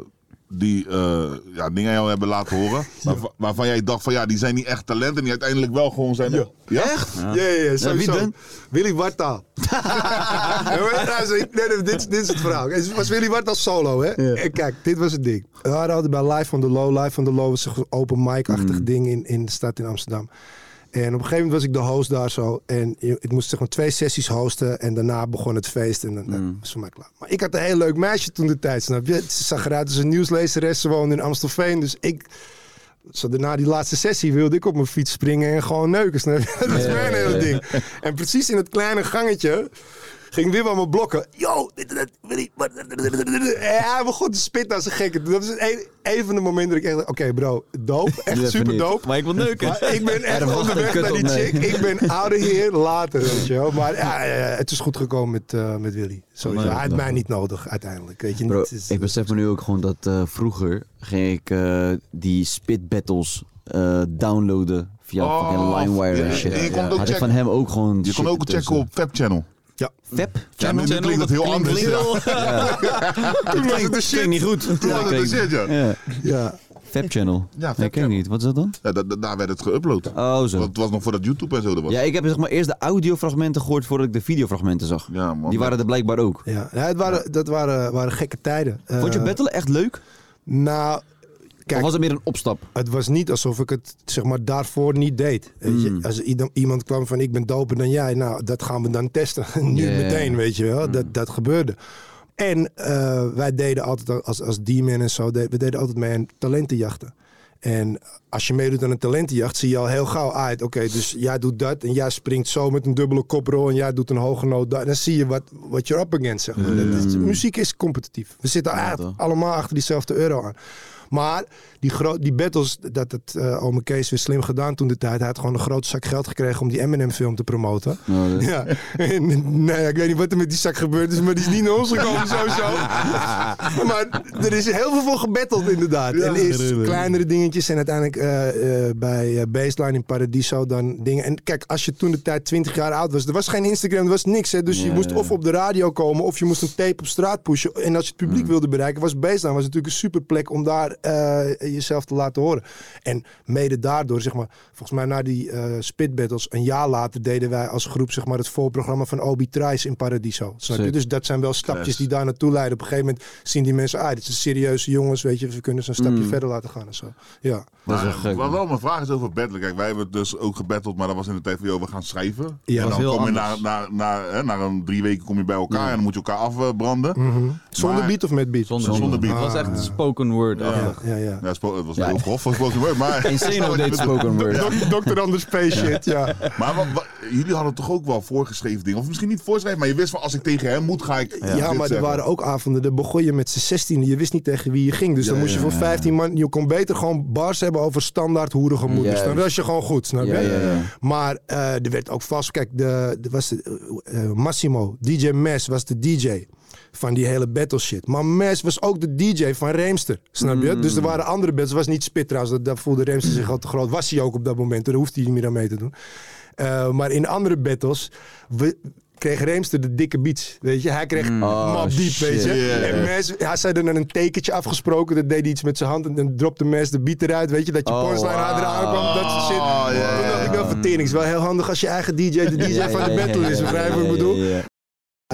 die eh, ja, dingen aan jou hebben laten horen? waarvan, waarvan jij dacht van ja, die zijn niet echt talent en die uiteindelijk wel gewoon zijn. Ja.
Echt? Ja, ja, ja. sowieso.
wie dan?
Willy Wartaal. Ja, maar luister, ik- nee, nee, dit, dit is het verhaal. Het was Willy Wartaal solo, hè? En kijk, dit was het ding. We hadden bij Live van de Low. Live van de Low was een open mic-achtig ding in, in de stad in Amsterdam. En op een gegeven moment was ik de host daar zo. En je- ik moest zeg maar twee sessies hosten. En daarna begon het feest. En dan dat was voor mij klaar. Maar ik had een heel leuk meisje toen de tijd, snap je? Ze zag eruit als een nieuwslezeres. Ze woonde in Amstelveen. Dus ik zo na die laatste sessie wilde ik op mijn fiets springen en gewoon neuken. snap je? Dat is mijn hele ding. En precies in het kleine gangetje ging Wim aan me blokken. Yo, dit, dat, wil ik- wat- En hij begon te spitten als een gekke. Dat is een, een van de momenten dat ik echt dacht, oké bro, doop.
Dit
Echt
even
super
niet.
dope.
Maar ik wil neuken.
Maar ik ben echt
Er wacht
onderweg
een
naar
kut
die
op mij.
chick. Ik ben oude heer later, weet je wel. Maar ja, ja, ja, het is goed gekomen met, eh, met Willy. Sowieso.
Nee,
hij had
dat-
mij niet nodig uiteindelijk. Weet je,
Bro,
het is-
ik besef me nu ook gewoon dat eh, vroeger ging ik eh, die spit battles eh, downloaden via
Oh,
fucking LimeWire
ja,
en shit.
en je kon het ook
Had ik van
checken.
hem ook gewoon
Je kon
shit
ook checken
tussen.
eh,
op Fab Channel.
ja.
Fab?
Ja, nu, nu
Channel,
klinkt het heel
dat
anders.
klinkt
Ja.
heel-
Toen was het
Klinkt-
de shit.
klinkt niet goed.
Toen was het de shit, ja.
Ja.
ja.
Fab Channel.
Ja, Fab
nee, ken ik
Channel.
niet. Wat is dat dan?
Ja, da- da- daar werd het geüpload.
Oh, zo.
Dat was nog voordat YouTube en zo er was.
Ja, ik heb zeg maar eerst de audiofragmenten gehoord voordat ik de videofragmenten zag.
Ja, man.
Die waren er blijkbaar ook.
Ja, ja, het waren, dat waren, waren gekke tijden.
Vond je
Eh,
battlen echt leuk?
Nou,
Of
kijk,
was het meer een opstap?
Nou,
het was niet alsof ik het zeg maar, daarvoor niet deed. Weet je, Als ieder- iemand kwam van ik ben doper dan jij, nou dat gaan we dan testen. nu
Ja.
meteen, weet je wel. Dat, dat gebeurde. En eh, wij deden altijd als, als D-man en zo, de- we deden altijd mee aan talentenjachten. En als je meedoet aan een talentenjacht, zie je al heel gauw uit. Oké, dus jij doet dat en jij springt zo met een dubbele koprol en jij doet een hoge noot. daar. Dan zie je wat, wat je up against, zeg maar. Dat is-
Mm.
muziek is competitief. We zitten eigenlijk allemaal achter diezelfde euro aan. Maar die, gro- die battles, dat het eh Ome Kees weer slim gedaan toen de tijd. Hij had gewoon een grote zak geld gekregen om die Eminem-film te promoten.
Nou, dat-
Ja, en, nou ja, ik weet niet wat er met die zak gebeurd is, maar die is niet naar ons gekomen sowieso. maar er is heel veel voor gebetteld inderdaad.
Ja.
en eerst
Tuurlijk.
kleinere dingetjes en uiteindelijk eh, eh, bij eh, Baseline in Paradiso dan dingen. En kijk, als je toen de tijd 20 jaar oud was, er was geen Instagram, er was niks. Hè? Dus je
Ja,
moest
ja.
of op de radio komen of je moest een tape op straat pushen. En als je het publiek wilde bereiken, was Baseline was natuurlijk een super plek om daar eh, jezelf te laten horen. En mede daardoor, zeg maar, volgens mij na die eh spit battles, een jaar later deden wij als groep zeg maar, het voorprogramma van Obi Trice in Paradiso. Snap je?
Sick.
Dus dat zijn wel stapjes
Yes.
die daar naartoe leiden. Op een gegeven moment zien die mensen, ah, dit zijn serieuze jongens, weet je, we kunnen ze een stapje
Mm.
verder laten gaan en zo. Ja.
Maar, Wat wel mijn vraag is over battlen. Kijk, wij hebben het dus ook gebatteld, maar dat was in de tijd van, joh, we gaan schrijven.
Ja,
en
was
dan
heel
kom je
anders.
naar, naar, naar, hè, naar een drie weken kom je bij elkaar en dan moet je elkaar afbranden.
Mhm. Zonder
Maar-
beat of met beat?
Zonder, beat.
Ah, ja.
spoken word.
Ja, ja, ja.
het spo- het was heel grof voor spoken word, maar...
Insano deed spoken word. Dr. Anders P. shit, ja.
Maar wat- wat- jullie hadden toch ook wel voorgeschreven dingen? Of misschien niet voorgeschreven, maar je wist van als ik tegen hem moet, ga ik
Ja,
dit
maar er
zeggen.
waren ook avonden, daar begon je met z'n 16 Je wist niet tegen wie je ging. Dus
Ja,
dan moest je
ja,
voor
ja.
15 man... Je kon beter gewoon bars hebben over standaard hoerige moeders. Dan
dus-
Juist.
was je gewoon goed, snap je?
Ja, ja, ja.
Maar eh, er werd ook vast... Kijk, de, de was de, eh, eh, Massimo, DJ Mes was de DJ van die hele battle shit. Maar Mes was ook de DJ van Reemster, snap je?
Mm.
Dus er waren andere battles. Het was niet Spit trouwens, dat, dat voelde Reemster zich al te groot. Was hij ook op dat moment, daar hoefde hij niet meer aan mee te doen. Eh, maar in andere battles... We, kreeg Reemster de dikke beats, weet je? Hij kreeg
Oh,
map diep, weet je?
shit.
En Mes, hij zei dan een tekentje afgesproken, dat deed hij iets met zijn hand en dan dropte Mes de beat eruit, weet je? Dat je
Oh,
punchline harder
wow.
aankwam, dat soort shit.
Oh, ja,
Toen dacht ik wel, vertering, is wel heel handig als je eigen DJ de DJ
Ja,
van de
ja, ja,
battle is,
ja,
begrijp je
ja,
wat ik bedoel?
ja, ja.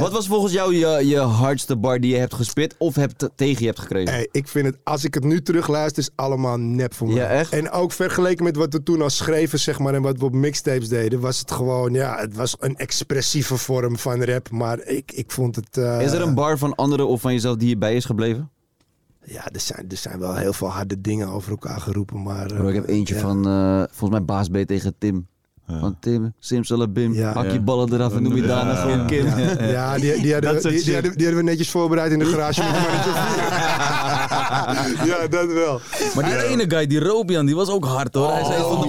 Wat was volgens jou je, je hardste bar die je hebt gespit of hebt, tegen je hebt gekregen?
Hey, ik vind het, als ik het nu terugluister, is allemaal nep voor mij.
Ja, echt?
En ook vergeleken met wat we toen al schreven, zeg maar, en wat we op mixtapes deden, was het gewoon, ja, het was een expressieve vorm van rap, maar ik, ik vond het... eh,
Is er een bar van anderen of van jezelf die hierbij is gebleven?
Ja, er zijn, er zijn wel heel veel harde dingen over elkaar geroepen, maar... eh,
Bro, ik heb eentje
ja.
van, eh, volgens mij Baas B tegen Tim. Van Tim, Simsalabim, hak je
Ja.
ballen eraf en noem je
Ja.
daarna gewoon Kim.
Ja, Ja, die, die, hadden,
Dat
we-
soort
die, die
shit.
hadden, die hadden we netjes voorbereid in de garage. met een mannetje of vier. ja, dat wel.
Maar die ene guy, die Robian, die was ook hard hoor.
Oh,
Hij zei van de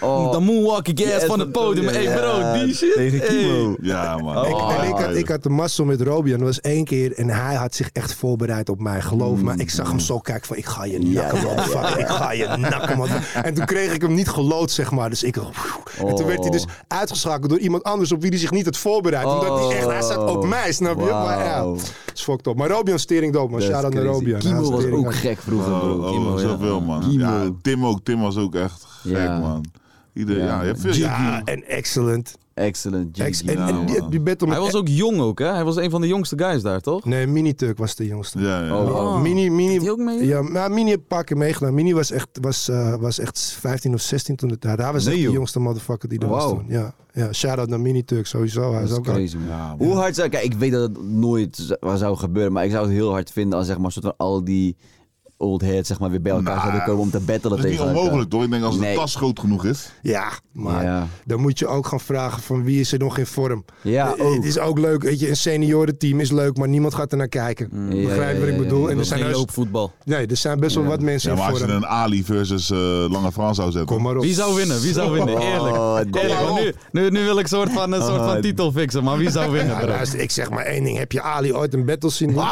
moon. Dan moonwalk ik je ass van het podium. hey bro, die shit. hey.
Ja, man.
Ik, Oh, en ik, had, ik had de mazzel met Robbie en dat was één keer. En hij had zich echt voorbereid op mij, geloof me. Ik
Mm.
zag hem zo kijken van, ik ga je nakken, motherfucker. Ik ga je nakken, motherfucker. En toen kreeg ik hem niet gelood, zeg maar. Dus ik... En toen werd hij
Oh.
dus uitgeschakeld door iemand anders op wie hij zich niet had voorbereid. Omdat hij echt, hij zat op mij, snap je? Maar ja,
Wauw.
dat is fucked up. Maar Robian stering dope, man.
Dat is
Shout-out naar
crazy.
Robian.
Kimo
Hij is
was
tering
ook
hard.
gek vroeger,
Oh,
bro.
oh,
Kimo, ja.
zoveel, man.
Kimo.
Ja, Tim ook. Tim was ook echt gek,
Ja.
man. Ieder, ja, je hebt veel.
Ja, en excellent.
Excellent.
Ex- en- en die- die battle met-
Hij was ook jong ook, hè? Hij was een van de jongste guys daar, toch?
Nee, Mini Turk was de jongste.
Ja, ja.
Oh, wow.
Mini, Mini,
ook mee?
Ja, maar Mini heeft een paar keer meegedaan. Mini was echt, was, eh, was echt 15 of 16 toen het daar. Daar was
Nee,
echt
joh.
de jongste motherfucker die er was
Wauw.
toen. Ja, ja shout-out naar Mini Turk sowieso. Hij
Dat
is
is
ook hard.
crazy, man. Hoe hard zou... Kijk, ik weet dat het nooit z- zou gebeuren, maar ik zou het heel hard vinden als zeg maar, soort van al die old heads zeg maar, weer bij elkaar
Nou,
zouden komen om te battelen
Dat is niet
tegen elkaar.
onmogelijk, toch? Ik denk als de
Nee.
tas groot genoeg is.
Ja, maar
Ja.
dan moet je ook gaan vragen van wie is er nog in vorm.
Ja,
Eh, Het is ook leuk, weet je, een seniorenteam is leuk, maar niemand gaat er naar kijken. Begrijp je wat ik bedoel?
En er zijn
heus-
loopvoetbal.
dus- Nee, er zijn best wel wat mensen
Ja,
in
maar als je
vorm.
een Ali versus eh, Lange Frans zou zetten. Kom
maar
Wie zou winnen? Wie zou
Oh,
winnen? Eerlijk. Eerlijk, want nu, nu, nu wil ik soort van, een soort van titel fixen, maar wie zou winnen?
Ja,
bro?
luister, ik zeg maar één ding. Heb je Ali ooit een battle zien doen?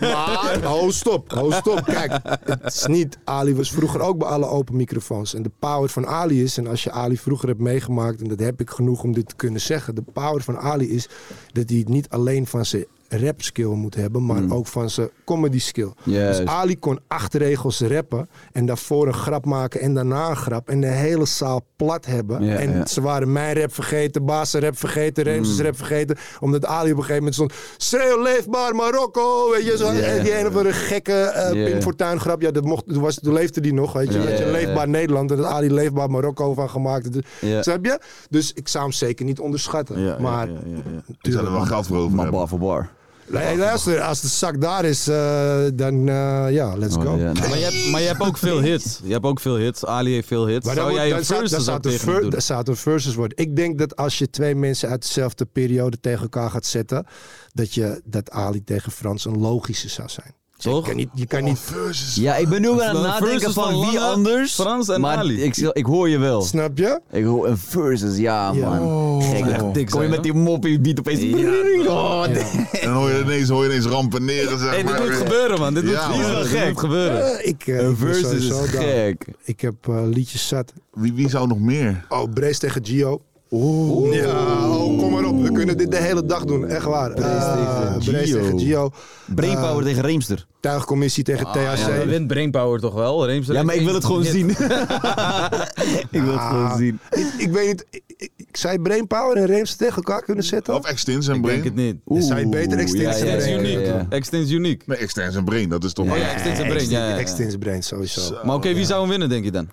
Maar, ho, stop, ho, stop. Kijk, het is niet. Ali was vroeger ook bij alle open microfoons. En de power van Ali is, en als je Ali vroeger hebt meegemaakt, en dat heb ik genoeg om dit te kunnen zeggen. De power van Ali is dat hij het niet alleen van zijn rap skill moet hebben, maar ook van zijn comedy skill.
Juist.
Dus Ali kon acht regels rappen en daarvoor een grap maken en daarna een grap en de hele zaal plat hebben.
Ja,
en
ja.
ze waren mijn rap vergeten, Baas rap vergeten, Reems rap vergeten. Omdat Ali op een gegeven moment stond, schreeuw leefbaar Marokko, weet je. Zo,
Ja.
En die een of andere gekke eh
Ja.
Pim Fortuyn grap. Ja, dat mocht, toen, was, toen leefde die nog, weet je.
Ja,
Weet je,
ja, ja.
leefbaar Nederland, en dat Ali leefbaar Marokko van gemaakt. Dus-
Ja.
Snap je? Dus ik zou hem zeker niet onderschatten. maar
ja, ja, ja.
Ik zou er wel geld voor over
Maar
hebben.
bar voor bar.
Nee, luister, als de zak daar is, eh, dan eh, ja, let's
Oh,
go.
nou,
Maar, je hebt, maar je hebt ook veel hits. Je hebt ook veel hits. Ali heeft veel hits.
Maar dan
Zou
wordt-
jij
dan
een
zou- dan
versus
zou
ook
het een
tegen hem
ver-
doen?
Dan zou het een versus worden. Ik denk dat als je twee mensen uit dezelfde periode tegen elkaar gaat zetten, dat, je, dat Ali tegen Frans een logische zou zijn.
Toch?
Je kan niet... Je kan niet
Ja, ik ben nu wel aan het
Een
nadenken
versus
van
van
wie
Lange,
anders.
Frans en
maar
Ali.
Ik, ik hoor je wel.
Snap je?
Ik hoor een versus, ja,
Ja. Oh,
man. Gek,
Ja.
man.
Dik
Kom je
zijn,
met die moppie beat opeens. Oh,
En dan hoor je ineens, hoor je ineens rampen neer. Zeg
Hey, dit
maar.
moet gebeuren, man. Dit moet-
Ja,
dit is
man.
wel gek.
Eh, ik, eh,
Een
ik ben
versus is
sowieso down.
gek.
Ik heb eh, liedjes zat.
Wie, wie zou nog meer?
Oh, Brace tegen Gio. Oeh. Ja, oh, kom maar op. We kunnen dit de hele dag doen. Echt waar. Brace tegen Gio. Brace tegen Gio.
Brainpower
Eh.
tegen Reemster.
Tuigcommissie tegen
Ah,
THC.
ja, dan wint Brainpower toch wel? Reemster
Ja, maar ik wil het gewoon zien. Ik wil het
Ah,
gewoon zien.
Ik, ik weet niet. Ik, ik- ik- zou je Brainpower en Reems tegen elkaar kunnen zetten?
Of Extins en
Ik
Brain?
denk het niet.
Dan zou je beter Extins en
Extens
Brain.
uniek.
ja,
Extens uniek.
Nee, Extins en Brain, dat is toch...
Oh ja, Extins en Brain. Ja, ja, ja.
Extins Brain sowieso.
Maar oké, wie zou hem winnen, denk je dan?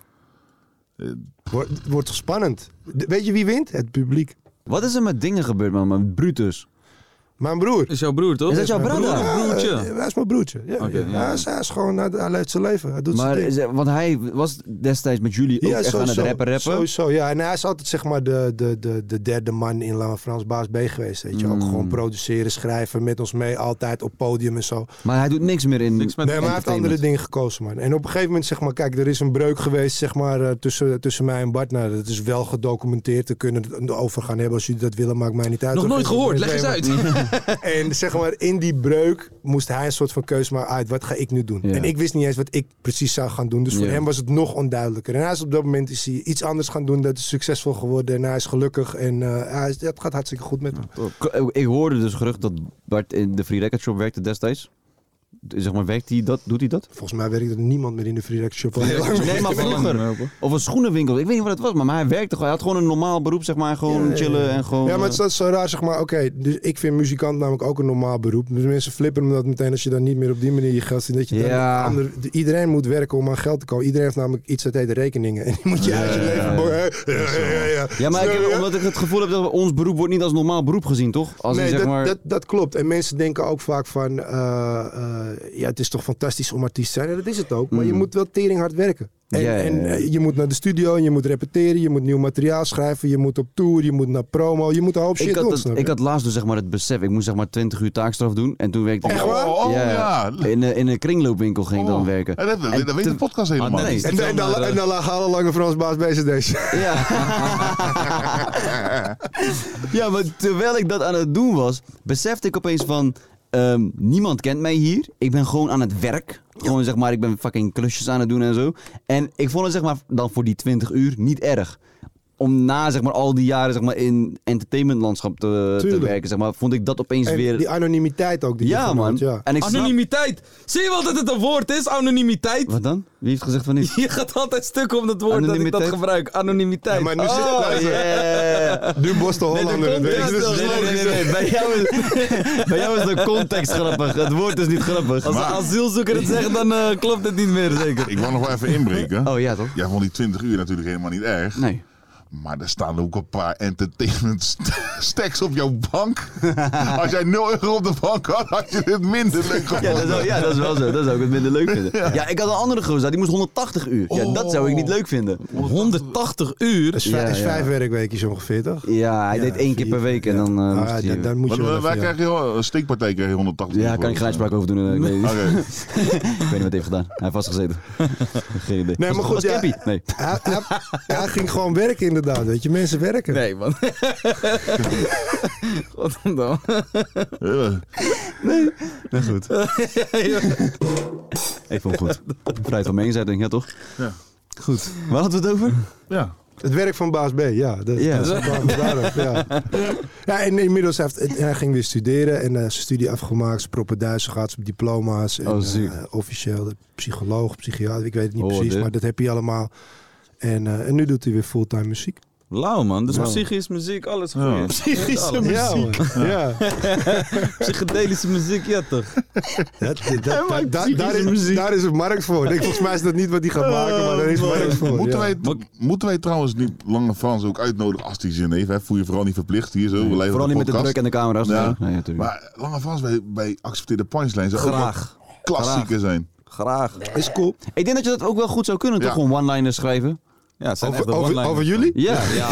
Wordt- Het wordt toch spannend. De- Weet je wie wint? Het publiek.
Wat is er met dingen gebeurd, man? Met Brutus.
Mijn broer.
Is jouw broer, toch?
Is dat jouw brada?
broertje?
Ja, hij is mijn broertje. Ja,
Oké,
ja.
ja,
Hij, is, hij is gewoon, hij, hij leeft zijn leven. Hij doet
Maar,
zijn ding.
is er- want hij was destijds met jullie ook echt aan het rappen rappen.
Sowieso, ja. En hij is altijd zeg maar de, de, de, de derde man in Lange Frans Baas B geweest. Weet je?
Mm.
Ook gewoon produceren, schrijven, met ons mee, altijd op podium en zo.
Maar hij doet niks meer in.
Niks met
nee, maar hij heeft andere dingen gekozen, man. En op een gegeven moment, zeg maar, kijk, er is een breuk geweest, zeg maar, eh, tussen, tussen mij en Bart. Nou, dat is wel gedocumenteerd. We kunnen het over gaan hebben als jullie dat willen, maakt mij niet uit.
Nog
Of
nooit
is het
gehoord,
een
leg eens uit.
probleem? En zeg maar, in die breuk moest hij een soort van keuze maken uit. Wat ga ik nu doen?
Ja.
En ik wist niet eens wat ik precies zou gaan doen. Dus voor
Ja.
hem was het nog onduidelijker. En hij is op dat moment is hij iets anders gaan doen. Dat is succesvol geworden. En hij is gelukkig. En eh, hij is, het gaat hartstikke goed met hem.
Ik- Ik hoorde dus gerucht dat Bart in de Free Record Shop werkte destijds. Zeg maar, werkt hij dat? Doet hij dat?
Volgens mij werkt er niemand meer in de Free Rex Shop. al heel lang.
Nee, maar vroeger. Of een schoenenwinkel. Ik weet niet wat het was, maar hij werkte gewoon. Hij had gewoon een normaal beroep, zeg maar. Gewoon chillen en gewoon... eh,
Ja, maar het is dat is zo raar, zeg maar. Oké, dus ik vind muzikant namelijk ook een normaal beroep. Dus mensen flippen omdat meteen als je dan niet meer op die manier je geld ziet. Dat je dan
Ja.
ander- iedereen moet werken om aan geld te komen. Iedereen heeft namelijk iets dat heet rekeningen. En die moet je uit je leven... bo- hè? Ja, ja, ja.
Ja, maar ik
Snap
heb,
je?
omdat ik het gevoel heb dat ons beroep wordt niet als normaal beroep gezien, toch? Als in,
nee,
zeg
dat,
maar...
dat, dat klopt. En mensen denken ook vaak van, eh, eh, ja, het is toch fantastisch om artiest te zijn. En dat is het ook, maar je moet wel tering hard werken. En,
Mm. Ja, ja,
en
ja.
eh, je moet naar de studio, en je moet repeteren, je moet nieuw materiaal schrijven, je moet op tour, je moet naar promo, je moet een hoop shit
ik, had
doen.
het-
snap je?
ik had laatst dus zeg maar het besef, ik moest zeg maar 20 uur taakstraf doen. En toen werkte ik...
Echt waar? Oh.
Oh, ja.
In, een- in een kringloopwinkel ging ik dan werken.
En dat, dat weet
te-
de podcast helemaal
Ah, nee.
niet.
en, dan- en, dan, en dan lag alle lange Frans baas bezig deze.
Ja, maar terwijl ik dat aan het doen was, besefte ik opeens van... ehm, niemand kent mij hier. Ik ben gewoon aan het werk. Gewoon zeg maar, ik ben fucking klusjes aan het doen en zo. En ik vond het zeg maar dan voor die 20 uur niet erg. Om na zeg maar al die jaren zeg maar in entertainmentlandschap te, te
Tuurlijk.
werken zeg maar, vond ik dat opeens
En
weer...
die anonimiteit ook. Die je
ja
van
man.
had, ja.
En ik snap-
Anonimiteit. Zie je wel dat het een woord is, anonimiteit?
Wat dan? Wie heeft gezegd van niet?
Je gaat altijd stuk om dat woord dat ik dat
Anonimiteit?
gebruik. Anonimiteit.
Ja, maar nu zit
Oh,
het
yeah.
Nu Bos de
Nee, de
Hollander.
context
weet je,
dan.
Nee,
dus dat
nee,
is
nee, nee. Bij, jou is, bij jou is de context grappig. Het woord is niet grappig.
Als een asielzoeker het zegt, dan eh, klopt het niet meer zeker.
Ik wil nog wel even inbreken.
Oh ja, toch?
Jij vond die 20 uur natuurlijk helemaal niet erg.
Nee.
Maar er staan ook een paar entertainment st- stacks op jouw bank. Als jij 0 euro op de bank had, had je dit minder leuk
Ja dat,
gevonden.
is wel- ja, dat is wel zo. Dat zou ik het minder leuk vinden. Ja, ik had een andere gozer, die moest 180 uur. Ja, dat zou ik niet leuk vinden.
180 Oh. uur?
is vij-
Ja,
is
ja.
Dus vijf werkweekjes ongeveer, toch?
Ja, hij deed één keer per week en dan... eh,
Ah,
moest hij-
dan, dan moet
Wat,
je wel
waar
even, ja.
krijg je oh, een steekpartij krijg je 180
ja,
euro
kan ik
voor.
grijpspraak over doen. eh, Ik weet, niet.
Oké.
ik weet niet wat hij heeft gedaan. Hij heeft vastgezeten. Geen idee.
Nee, maar
Was-
goed,
was
ja.
Campy? Nee.
Hij, hij- hij ging gewoon werken inderdaad, weet je. Mensen werken.
Nee, man. Godverdomme.
Ja.
Nee, goed. Ik vond het goed. Vrijheid van meningsuiting, ja toch?
Ja.
Goed. Waar hadden we het over?
Ja.
Het werk van baas B, ja. Dat,
Ja.
ja. dat is daarom, daarom, ja. ja, en inmiddels heeft, en hij ging weer studeren en eh, zijn studie afgemaakt. Ze proppen Duitsers gehad, zijn diploma's. En,
Oh, ziek.
eh, officieel de psycholoog, psychiater, ik weet het niet
Oh,
precies,
dit.
maar dat heb je allemaal. En, eh, en nu doet hij weer fulltime muziek.
Lauw man, dus
Ja.
psychisch muziek, alles
Ja.
goed.
Psychische muziek. Ja.
Psychedelische muziek, ja toch?
Dat, daar, is, daar is een markt voor. Ik, volgens mij is dat niet wat hij gaat maken, maar daar is
Oh,
een markt voor.
Moeten,
ja.
wij, moeten wij trouwens niet Lange Frans ook uitnodigen als die zin heeft? Hè? Voel je vooral niet verplicht hier zo. we leven
vooral
op
niet met de
podcast.
druk en de camera's.
Ja.
Nee, nee, tuurlijk.
maar Lange Frans, wij, wij accepteren punchlines. Ook
Graag.
wel Klassieker zijn.
Graag.
Is cool.
Ik denk dat je dat ook wel goed zou kunnen, toch? Gewoon one-liners schrijven.
Ja,
zijn
Over- echt wel over- one-liners. over jullie?
Ja.
Ja,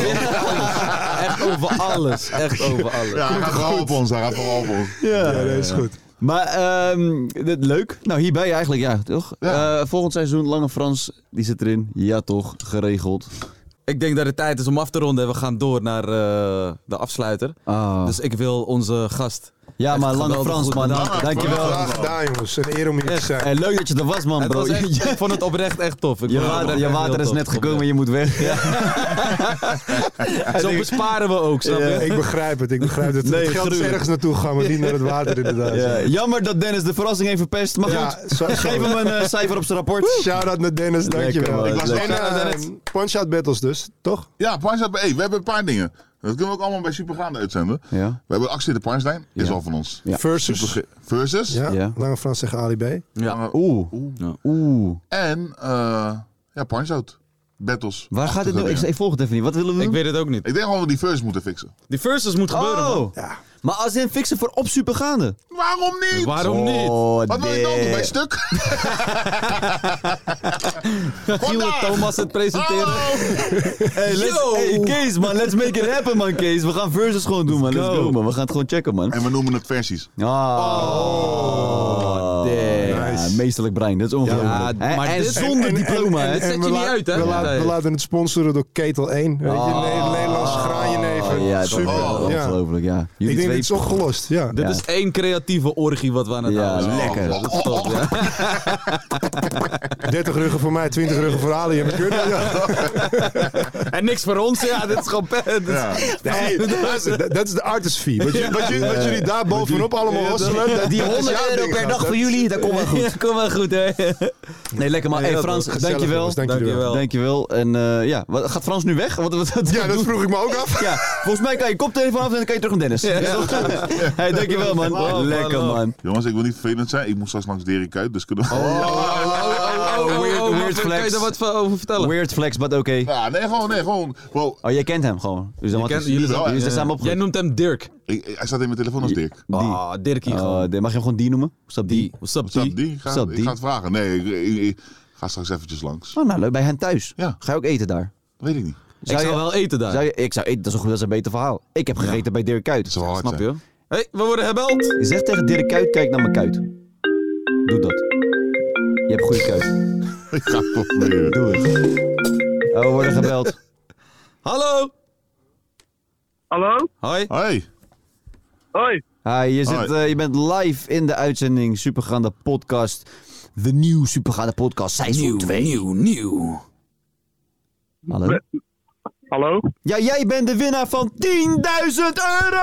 Echt over alles, echt over alles.
Ja, hij gaat vooral op ons. Hij gaat vooral op ons.
Ja,
dat is goed.
Maar ehm, dit- leuk. Nou, hierbij eigenlijk, ja, toch? Eh, volgend seizoen, Lange Frans, die zit erin. Ja, toch? Geregeld.
Ik denk dat het tijd is om af te ronden. We gaan door naar eh, de afsluiter. Dus ik wil onze gast.
Ah. Ja,
Echt
maar Lange
geweldig
Frans,
goed
man.
bedanken.
Dankjewel.
Graag gedaan, jongens. Een eer om hier te zijn.
En eh, leuk dat je er was, man,
Het
bro.
was echt-
Je-
ik vond het oprecht echt tof. Ik
je
vond het
water,
oprecht
je
heel
water is
tof.
net gekomen, je moet weg.
Zo besparen we ook, snap je?
Ja, ik begrijp het, ik begrijp het.
Nee,
het geld is
gruwelijk.
ergens naartoe gegaan, maar niet naar het water inderdaad.
Ja, jammer dat Dennis de verrassing heeft verpest. Maar
Ja,
goed,
zo-
geef hem een eh, cijfer op zijn rapport.
Shout-out naar Dennis,
Lekker,
dankjewel.
man,
Ik was
lekker.
en eh, punch-out battles dus, toch?
Ja, punchline. Hey, we hebben een paar dingen. Dat kunnen we ook allemaal bij Supergaande uitzenden.
Ja.
We hebben actie de punchline. Is al van ons.
Versus.
Superge- Versus.
Ja, Lange Frans tegen Ali B.
Ja.
Oeh. Oeh.
En eh ja, punch-out. Battles.
Waar gaat dit
Achtige
door? Ik,
dingen.
ik volg het nou even niet. Wat willen we doen?
Ik weet het ook niet.
Ik denk gewoon dat we die first moeten fixen.
Die versus moet gebeuren, man.
Oh. Maar als in fixen voor op supergaande.
Waarom niet?
Waarom niet?
Oh,
Wat wil je dan doen? Bij
damn.
stuk?
Giel en Thomas het presenteren.
Ah.
Oh.
Hey, let's, hey, Kees, man. Let's make it happen, man, Kees. We gaan versus gewoon doen, man. Let's go, man. We gaan het gewoon checken, man.
En we noemen het versies.
Ah. damn. Ja, meesterlijk brein. Dat is ongelooflijk.
Oh, Ja,
En-
maar
en
dit-
zonder
en- en-
diploma,
en-
hè.
en- en- Zet
we,
je niet
la-
uit, hè?
we, la-
Nee.
we laten het sponsoren door Ketel 1. Weet je,
Oh.
ne- Nederlandse graaienneven.
Ah, Ja, dat
Super.
is
ja.
ongelooflijk, ja. Jullie
Ik denk dat
twee-
het is opgelost, ja.
Dit is één creatieve orgie wat we aan het
Ja,
houden zijn.
lekker.
Dat is top, ja.
30 ruggen voor mij, 20 ruggen voor Ali. Heb ik kunnen, ja.
En niks voor ons, ja. Dit is gewoon... dit is-
Ja.
Nee, luister, dat- dat is de artist fee. Wat, je, wat, jullie- wat jullie daar bovenop allemaal hosselen. dat-
Die
dat is
100
jouw
euro
ding,
per
gast.
dag
Dat-
voor jullie, dat komt wel goed.
Ja, kom maar goed, hè.
Nee, lekker man.
Nee,
Hey
dat
Frans,
was gezellig,
dankjewel.
jongens. Dankjewel.
Dankjewel. En eh, ja, wat, gaat Frans nu weg? Wat, wat, wat-
Ja, dat
doe-
vroeg ik me ook af.
Ja, volgens mij kan je koptelefoon af en dan kan je terug naar Dennis. Hey, dankjewel
Wauw,
man. Lekker
wauw.
man.
Jongens, ik wil niet vervelend zijn. Ik moet straks langs Dirk uit, dus kunnen we...
oh,
Oh, weird-
wat-
weird
Kan je
flex.
daar wat van over vertellen?
Weird flex, but oké.
Ja, nee, gewoon, nee, gewoon. Bro,
Oh, jij kent hem gewoon. Dus dan
Je
wat
kent-
is-
jullie
wel,
jullie zijn
eh,
samen
Jij
opgegroeid.
noemt hem Dirk.
ik, ik- hij staat in mijn telefoon als Dirk.
Die.
Ah, Dirkie gewoon.
Eh, mag je hem gewoon die noemen? What's up, die?
What's up,
Is dat
die?
die? Ik ga,
Is dat
ik
die?
ga het vragen. Nee, ik, ik- ik ga straks eventjes langs.
Oh, nou, leuk. Bij hen thuis.
Ja.
Ga je ook eten daar?
Dat weet ik niet.
Ik zou
je-
wel eten daar.
Zou je, ik zou eten, dat is, een, dat is een beter verhaal. Ik heb gegeten bij Dirk Kuyt.
Het zal wel hard
Snap
zijn.
je? Hé, hey, we worden gebeld.
Zeg tegen Dirk Kuyt, kijk naar mijn kuit. Doe dat. Je hebt goede kuit.
Ik ga het proberen.
Doe het. Oh, we worden gebeld.
Hallo.
Hallo?
Hoi.
Hoi.
Hoi.
Hi, je, zit,
Hoi.
eh, je bent live in de uitzending Supergaande Podcast. De nieuwe Supergaande Podcast, seizoen 2.
nieuw, nieuw.
Hallo?
Hallo?
Ja, jij bent de winnaar van 10.000 euro!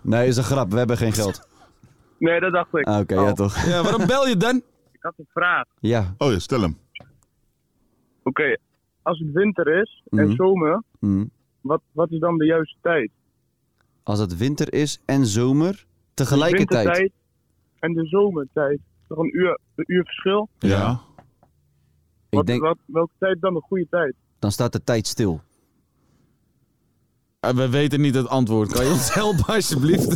Nee, is een grap. We hebben geen geld.
Nee, dat dacht ik.
Ah, Oké, ja toch.
Ja, waarom bel je dan?
Ik had een vraag.
Ja.
Oh ja, stel hem.
Oké, als het winter is en
Mhm.
zomer,
Mm.
wat, wat is dan de juiste tijd?
Als het winter is en zomer,
De
tegelijkertijd.
wintertijd en de zomertijd. Toch een uur, een uur verschil?
Ja.
Ik
Wat,
denk,
wat- welke tijd is dan de goede tijd?
dan staat de tijd stil.
Eh, We weten niet het antwoord. Kan je ons helpen alsjeblieft?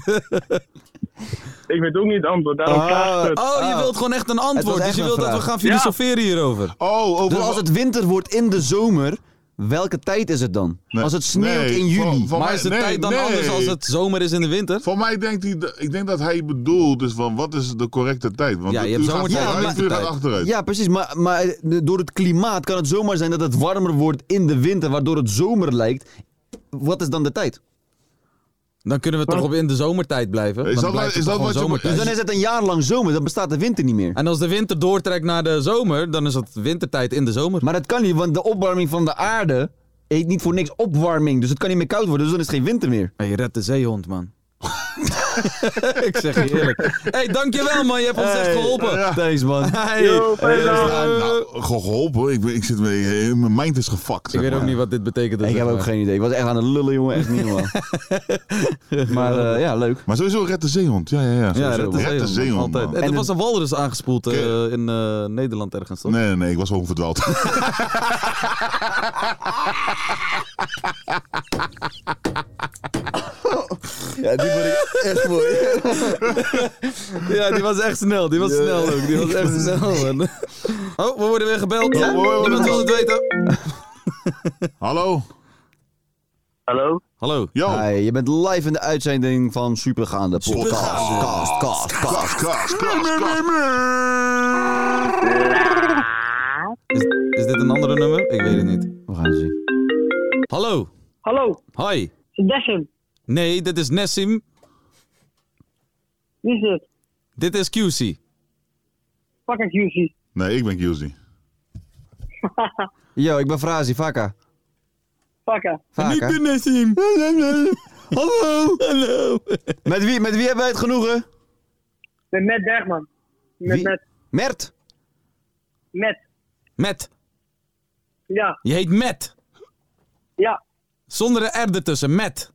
Ik weet ook niet het antwoord, daarom
Ah.
vraag ik het.
Oh, je wilt gewoon echt een
Het
antwoord.
was
Dus
echt
je
een
wilt dat we
vraag.
gaan filosoferen hierover.
Oh, over...
Dus als het winter wordt in de zomer, welke tijd is het dan?
Nee.
Als het sneeuwt
Nee,
in juli.
van- van-
Maar
mij-
is de
nee,
tijd dan
nee.
anders als het zomer is in de winter?
Voor mij denkt hij, de- ik denk dat hij bedoelt dus van wat is de correcte tijd? Want
Ja, je
het
hebt
uur gaat
zomertijd,
vooruit,
maar-
het uur gaat
tijd.
achteruit.
Ja, precies. Maar, maar eh, door het klimaat kan het zomaar zijn dat het warmer wordt in de winter, waardoor het zomer lijkt. Wat is dan de tijd?
Dan kunnen we toch op in de zomertijd blijven.
Is
Dan
dat-
blijft het
is dat
toch
wat je-
gewoon
Dus dan
zomertijd.
is het een jaar lang zomer, dan bestaat de winter niet meer.
En als de winter doortrekt naar de zomer, dan is dat wintertijd in de zomer.
Maar dat kan niet, want de opwarming van de aarde heet niet voor niks opwarming. Dus het kan niet meer koud worden, dus dan is het geen winter meer.
Maar je redt de zeehond, man. ik zeg je eerlijk. hey, dankjewel man. Je hebt ons echt geholpen.
Deze man.
Hey.
Yo,
Hey.
fijne dag. Nou, geholpen. Ik, ben- ik zit mee, mijn mind is gefuckt.
Ik weet ook niet wat dit betekent. dus, eh,
Ik heb ook geen idee. Ik was echt aan het lullen, jongen. Echt niet normaal. maar eh, ja, leuk.
Maar sowieso red de zeehond. Ja, ja, ja.
Ja,
sowieso.
dat is
red de zeehond.
altijd.
man.
En er was een walrus aangespoeld eh, in eh, Nederland ergens, toch?
Nee, nee, nee, ik was gewoon verdwaald.
Ja, die vond ik echt mooi.
Ja, die was echt snel. Die was snel ook. Die was echt snel, man. Oh, we worden weer gebeld.
Ja, we worden
Iemand wil het
gebeld.
weten.
Hallo.
Hallo.
Hallo.
Yo.
Hi, je bent live in de uitzending van Supergaande Podcast. Cast, cast, cast.
Kaas,
Is, is dit een andere nummer? Ik weet het niet.
We gaan het zien.
Hallo.
Hallo,
Hi.
Dessen.
Nee, dit is Nessim.
Wie is dit?
Dit is QC.
Pak een QC.
Nee, ik ben QZ.
Yo, ik ben Frazi, Vaka.
Pakken.
Vaka.
Nessim.
Hallo.
Hallo.
Met wie, met wie hebben wij het genoegen?
Met Matt Bergman. Met,
Wie?
met,
Mert.
met.
Matt.
Ja,
Je heet Matt.
ja,
Zonder een R ertussen. Matt.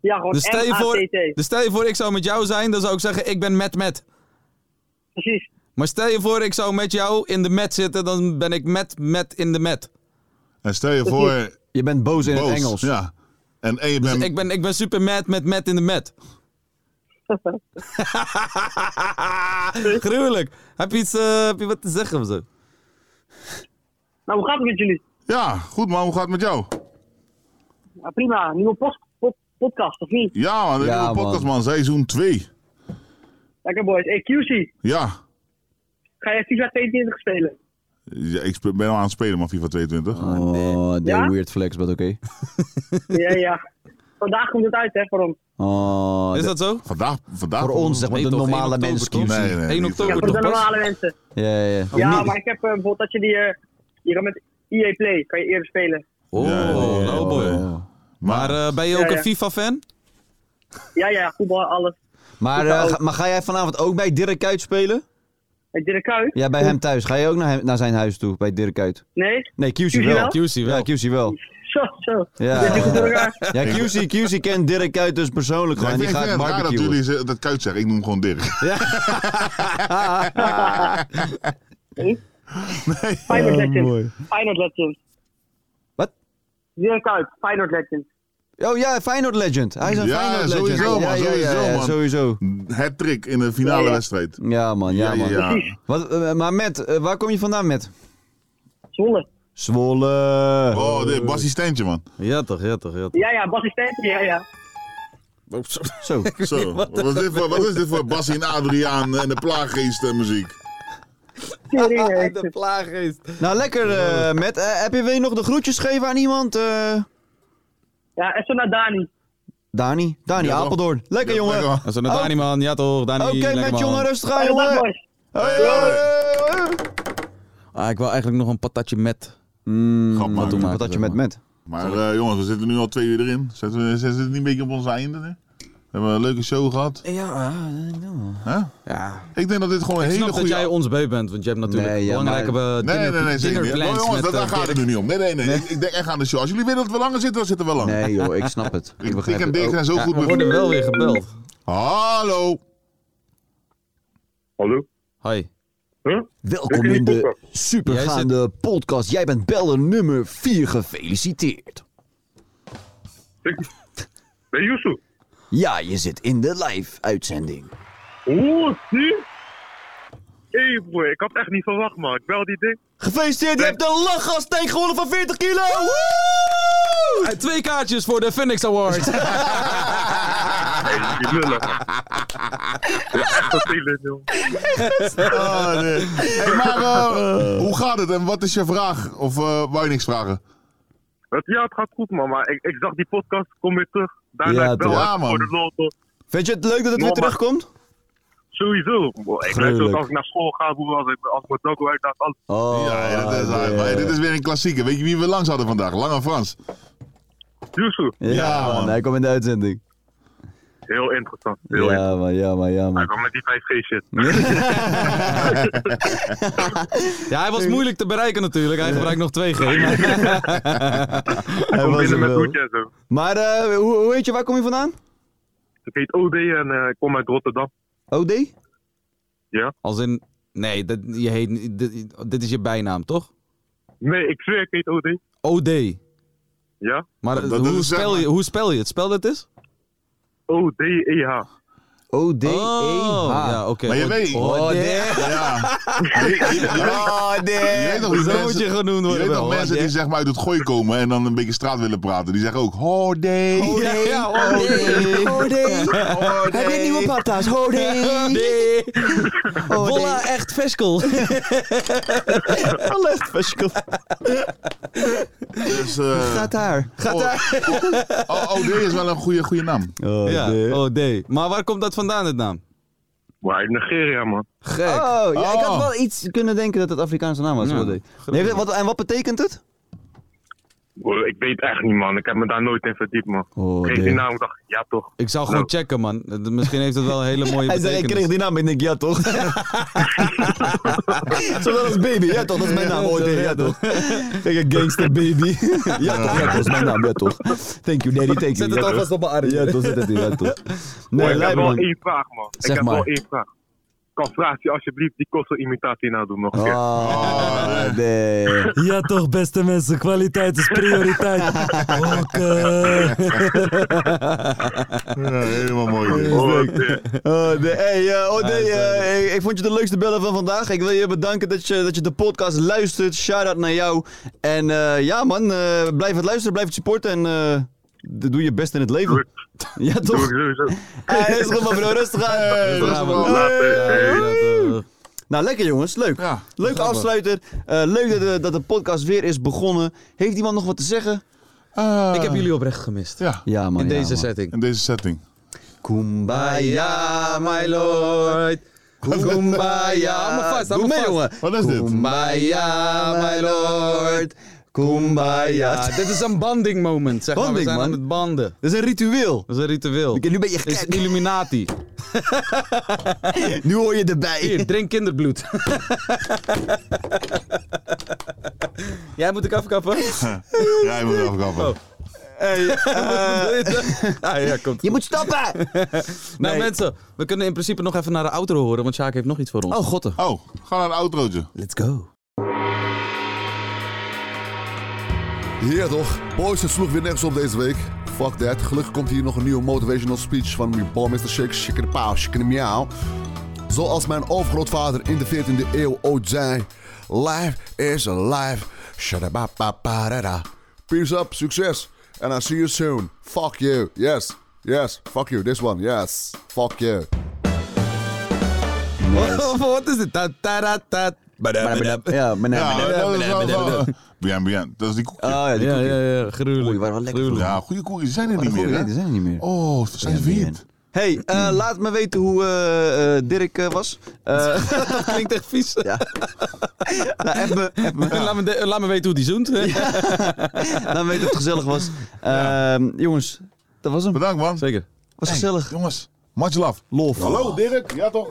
ja, gewoon
Dus stel, je voor,
M-A-T-T.
dus stel je voor, ik zou met jou zijn, dan zou ik zeggen, ik ben Matt Matt.
Precies.
Maar stel je voor, ik zou met jou in de mat zitten, dan ben ik met met in de mat.
En stel je voor...
Je bent boos in
boos.
het Engels.
Ja. En, eh, en je
Dus
bent...
ik ben, ik ben super mad met met in de mat. Gruwelijk. Heb je, iets, eh, heb je wat te zeggen of zo?
Nou, hoe gaat het met jullie?
Ja, goed man. Hoe gaat het met jou?
Ja, Ah, prima, nieuwe post, pod- podcast, of niet?
Ja man, Ah, de
Ja,
nieuwe podcast
man.
man. Seizoen 2.
Lekker boys. Hey QC,
Ja.
ga jij FIFA 22 spelen?
ja. Ik spe- ben al aan het spelen man, FIFA 22.
Oh, de
Ja?
weird flex, maar oké.
ja, ja. Vandaag komt het uit, hè, voor ons.
Oh,
Is
de-
dat zo?
Vandaag, vandaag...
Voor ons, zeg maar,
Nee,
de
toch, één
normale
oktober,
mens
toch?
QC.
Nee, nee.
Eén
niet.
oktober
Ja, voor de
toch pas?
normale mensen.
Ja, ja, ja.
ja,
niet?
maar ik heb eh, bijvoorbeeld dat je die... eh, je kan met EA Play, kan je eerder spelen.
Oh,
Ja, ja, ja,
nou boy.
ja.
Maar eh, ben je ook
Ja, ja.
een FIFA-fan?
Ja, ja, voetbal, alles.
Maar, eh, ga, maar ga jij vanavond ook bij Dirk Kuyt spelen?
Hey, Dirk Kuyt?
Ja, bij hem thuis. Ga je ook naar, hem, naar zijn huis toe, bij Dirk Kuyt?
Nee?
Nee, QC
QC
wel.
wel?
QC wel.
Ja, QC wel.
Zo, zo.
Ja.
Dat is goed door elkaar.
Ja, QC, QC kent Dirk Kuyt dus persoonlijk
Ja,
gewoon.
ik
en die
vind ik vind het
gaat
raar dat jullie
barbecuen.
ze- dat kuit zeggen. Ik noem hem gewoon Dirk.
Feyenoord Legends.
mooi.
Feyenoord Legends.
Wat?
Dirk Kuyt, Feyenoord Legends.
Oh ja, Feyenoord legend. Hij is een
Ja,
Feyenoord legend.
sowieso, man,
Ja, ja, ja,
sowieso,
ja,
man.
sowieso.
Het trick in de finale
Ja, ja.
wedstrijd.
Ja man, ja, man.
ja.
Wat, eh, maar Matt, eh, waar kom je vandaan met?
Zwolle.
Zwolle.
Oh, dit Bassie Steintje man.
Ja toch, ja toch, ja toch.
Ja, ja, Bassie Stijntje, ja, ja.
Zo.
Zo, wat, is dit voor, wat is dit voor Bassie en Adriaan en de plaaggeesten muziek?
Tering, eh, hè.
De plaaggeest.
Nou lekker eh Matt. Eh, heb je, wil je nog de groetjes geven aan iemand? Eh,
Ja, en zo naar Dani.
Dani. Dani
Ja, toch?
Apeldoorn. Lekker jongen. Oh.
Lekker, man.
Dat is een Dani man, ja toch, Dani.
Oké,
lekker
met
man.
jongen, rustig aan,
Fijne dag,
Ah, jongen.
boys.
Hey, hey, hey, hey.
Ah, ik wil eigenlijk nog een patatje met.
Grap
Wat
maken.
doe-
maken,
Wat had je
zeg
met met?
Maar eh, jongens, we zitten nu al twee uur erin. Zetten we, zetten we het niet een beetje op ons einde? Hè? We hebben een leuke show gehad.
Ja,
Hè?
Ja.
Ik denk dat dit gewoon een
Ik
hele
snap
goede...
dat jij ons B bent, want je hebt natuurlijk
Nee, ja,
belangrijke
maar-
eh,
Nee,
dinner-
nee, nee, zeker niet.
dinnerplans
Maar jongens,
met,
dat,
eh,
daar gaat het nu niet om. Nee, nee, nee. Ik, ik denk echt aan de show. Als jullie willen dat we langer zitten, dan zitten we lang.
Nee joh, ik snap het. Ik
ik,
begrijp
en
het.
Dirk zijn zo
Ja,
goed
we worden
bevriend.
wel weer gebeld.
Hallo.
Hallo?
Hoi.
Huh?
Welkom
Lekker
in
die
de
podcast.
supergaande podcast. Jij bent beller nummer 4 gefeliciteerd.
Ben Yusuf?
Ja, je zit in de live uitzending.
Oh, zie? Hey boy, ik had echt niet verwacht man. Ik bel die ding.
Gefeliciteerd, je hebt de lachgastank gewonnen van 40 kilo.
En twee kaartjes voor de Phoenix Awards.
Die lullen. Dat is echt vervelend joh.
Ah, nee. Hey, maar eh, hoe gaat het en wat is je vraag? Of eh wou je niks vragen?
Het- Ja, het gaat goed man, maar ik, ik zag die podcast, kom weer terug. Daarna
Ja,
ik bel
toch?
even
Ja, man.
voor de lol, toch.
Vind je het leuk dat het weer
Normaal.
terugkomt?
Sowieso. Bro, ik luister
Gruwelijk.
ook als ik naar school ga, broer, als ik, als ik mijn docu uitdaag, alles.
Oh,
ja, dat is,
ja.
Ah, maar dit is weer een klassieker. Weet je wie we langs hadden vandaag? Lange Frans.
Yusuf.
Ja,
Ja,
man,
man.
hij komt in de uitzending.
Heel interessant. Heel
Ja, man, ja, man, ja,
Hij
man.
kwam met die 5G-shit.
Ja, hij was moeilijk te bereiken natuurlijk. Hij gebruikt nog 2G. Maar...
Hij
was er
komt binnen met
wel.
hoedje en zo.
Maar eh, hoe, hoe heet je, waar kom je vandaan?
Ik heet OD en eh, ik kom uit Rotterdam.
OD?
Ja?
Als in, nee, dat, je heet, niet- dit, dit is je bijnaam, toch?
Nee, ik zweer, ik heet OD.
OD.
Ja?
Maar
Dat-
eh,
dat
hoe,
is zeg
spel je,
maar-
hoe spel je het? Spel dat is?
O-D-E-H.
O-D-E-H.
Oh, ja, oké.
Maar je
O-
weet...
E O- E
Ja. Je, je- je weet-
Oh,
je weet nog die
Zo
mensen-
moet je genoemd
Je
worden
weet nog
wel,
mensen
oh,
die
damn.
zeg maar uit het gooi komen en dan een beetje straat willen praten. Die zeggen ook, hodee.
Ja, ja, O- E
E
Heb je nieuwe patas?
E
Hodee! Wolla echt feskel. Wolla echt feskel.
Dus, eh,
Gaat daar. Gaat
oh,
daar.
oh, OD is wel een goede, goede naam.
Ja, OD. Maar waar komt dat vandaan, het naam?
Maar uit Nigeria, man.
Gek.
Oh, ja, ik had
Oh.
wel iets kunnen denken dat het Afrikaanse naam was.
Ja,
Hodee. Nee, wat, en wat betekent het?
Bro, Ik weet echt niet, man. Ik heb me daar nooit in verdiept, man.
Oh,
Geen die naam, Nou. ik dacht, ja toch.
Ik zou gewoon checken, man. Eh, Misschien heeft het wel een hele mooie
Hij zei,
betekenis.
ik kreeg die naam. Ik denk, ja toch? Zodat als baby. Ja toch, dat is mijn naam. Hodee, ja toch. Kijk, een gangster baby. Ja toch, ja toch, dat is mijn naam. Ja toch. Thank you, daddy. Thank you.
Zet het
ja, toch.
alvast op mijn arm.
Ja toch, zet het in. Ja toch.
Nee, ik heb
lijp,
wel
man.
één vraag, man.
Zeg
ik heb
maar.
wel één vraag. Kan Frasie alsjeblieft die kostel-imitatie nou doen nog een keer?
Oh, nee.
Ja toch, beste mensen, kwaliteit is prioriteit. eh. Oké.
Ja, helemaal mooi. dit.
Oh, shit.
Oh, nee. Hey, eh, oh, nee, eh, ik, ik vond je de leukste bellen van vandaag. Ik wil je bedanken dat je, dat je de podcast luistert. Shout-out naar jou. En eh, ja, man, eh, blijf het luisteren, blijf het supporten. En eh, d- doe je best in het leven. Ja,
Doe ik
toch?
sowieso.
Hey, rustig maar, bro. Rustig aan.
Hey, dat is wel-
Nou, lekker jongens. Leuk.
Ja,
Leuke afsluiter. Eh, leuk dat de, dat de podcast weer is begonnen. Heeft iemand nog wat te zeggen? Eh.
Ah,
Ik heb jullie oprecht gemist.
Ja,
Ja, man.
In
ja,
deze
man.
setting.
in deze setting.
Kumbaya, my lord. Kumbaya.
Hou me vast, hou me
Doe mee,
vast.
jongen.
Wat is dit?
Kumbaya, my lord. Kumbaya.
Ja, dit is een banding moment, zeg maar.
Banding,
We zijn
man.
aan het banden.
Dit is een ritueel.
Dat is een ritueel.
Ik- Nu ben je
Dit is
gek.
Illuminati.
Nu hoor je erbij.
Hier, drink kinderbloed. Jij moet ik afkappen? Oh.
Ja, je moet het afkappen.
Hey, eh,
ah, ja, komt.
je moet stoppen.
Nou
Nee.
mensen, we kunnen in principe nog even naar de outro horen, want Sjaak heeft nog iets voor ons.
Oh, godde.
Oh, ga naar een outrootje.
Let's go.
Ja toch, boys, het sloeg weer nergens op deze week. Fuck that. Gelukkig komt hier nog een nieuwe motivational speech van mijn balmeester Shake Shaker de Pauw, Shaker de Miauw. Zoals mijn overgrootvader in de 14e eeuw ooit zei: Life is a life. Shadabapaparada. Peace up, succes. And I'll see you soon. Fuck you. Yes, yes. Fuck you. This one. Yes. Fuck you.
Wat is dit? Ta ta ta ta.
Ja, mijn naam.
Ja,
mijn naam.
dat is wel... wel- Bien, bien. Dat is die koekje.
Oh ja, die
Ja,
koekjes.
ja, ja, gruwelijk.
Oei, waren wel lekker.
Gruwelijk.
Ja, goede koekjes. Die zijn er
Maar
niet
goed,
meer,
nee,
hè?
die zijn er niet meer.
Oh, ze zijn verhit.
Hey, eh, laat me weten hoe eh, eh, Dirk eh, was. Eh,
Dat klinkt echt vies.
ja. nou, app me, app me.
En Laat, me de- laat me weten hoe die zoent.
Laat me weten of het gezellig was. Ehm, jongens, dat was hem.
Bedankt, man.
Zeker.
Was
Hey,
gezellig.
Jongens, much love.
Lof.
Hallo, Dirk. Ja, toch?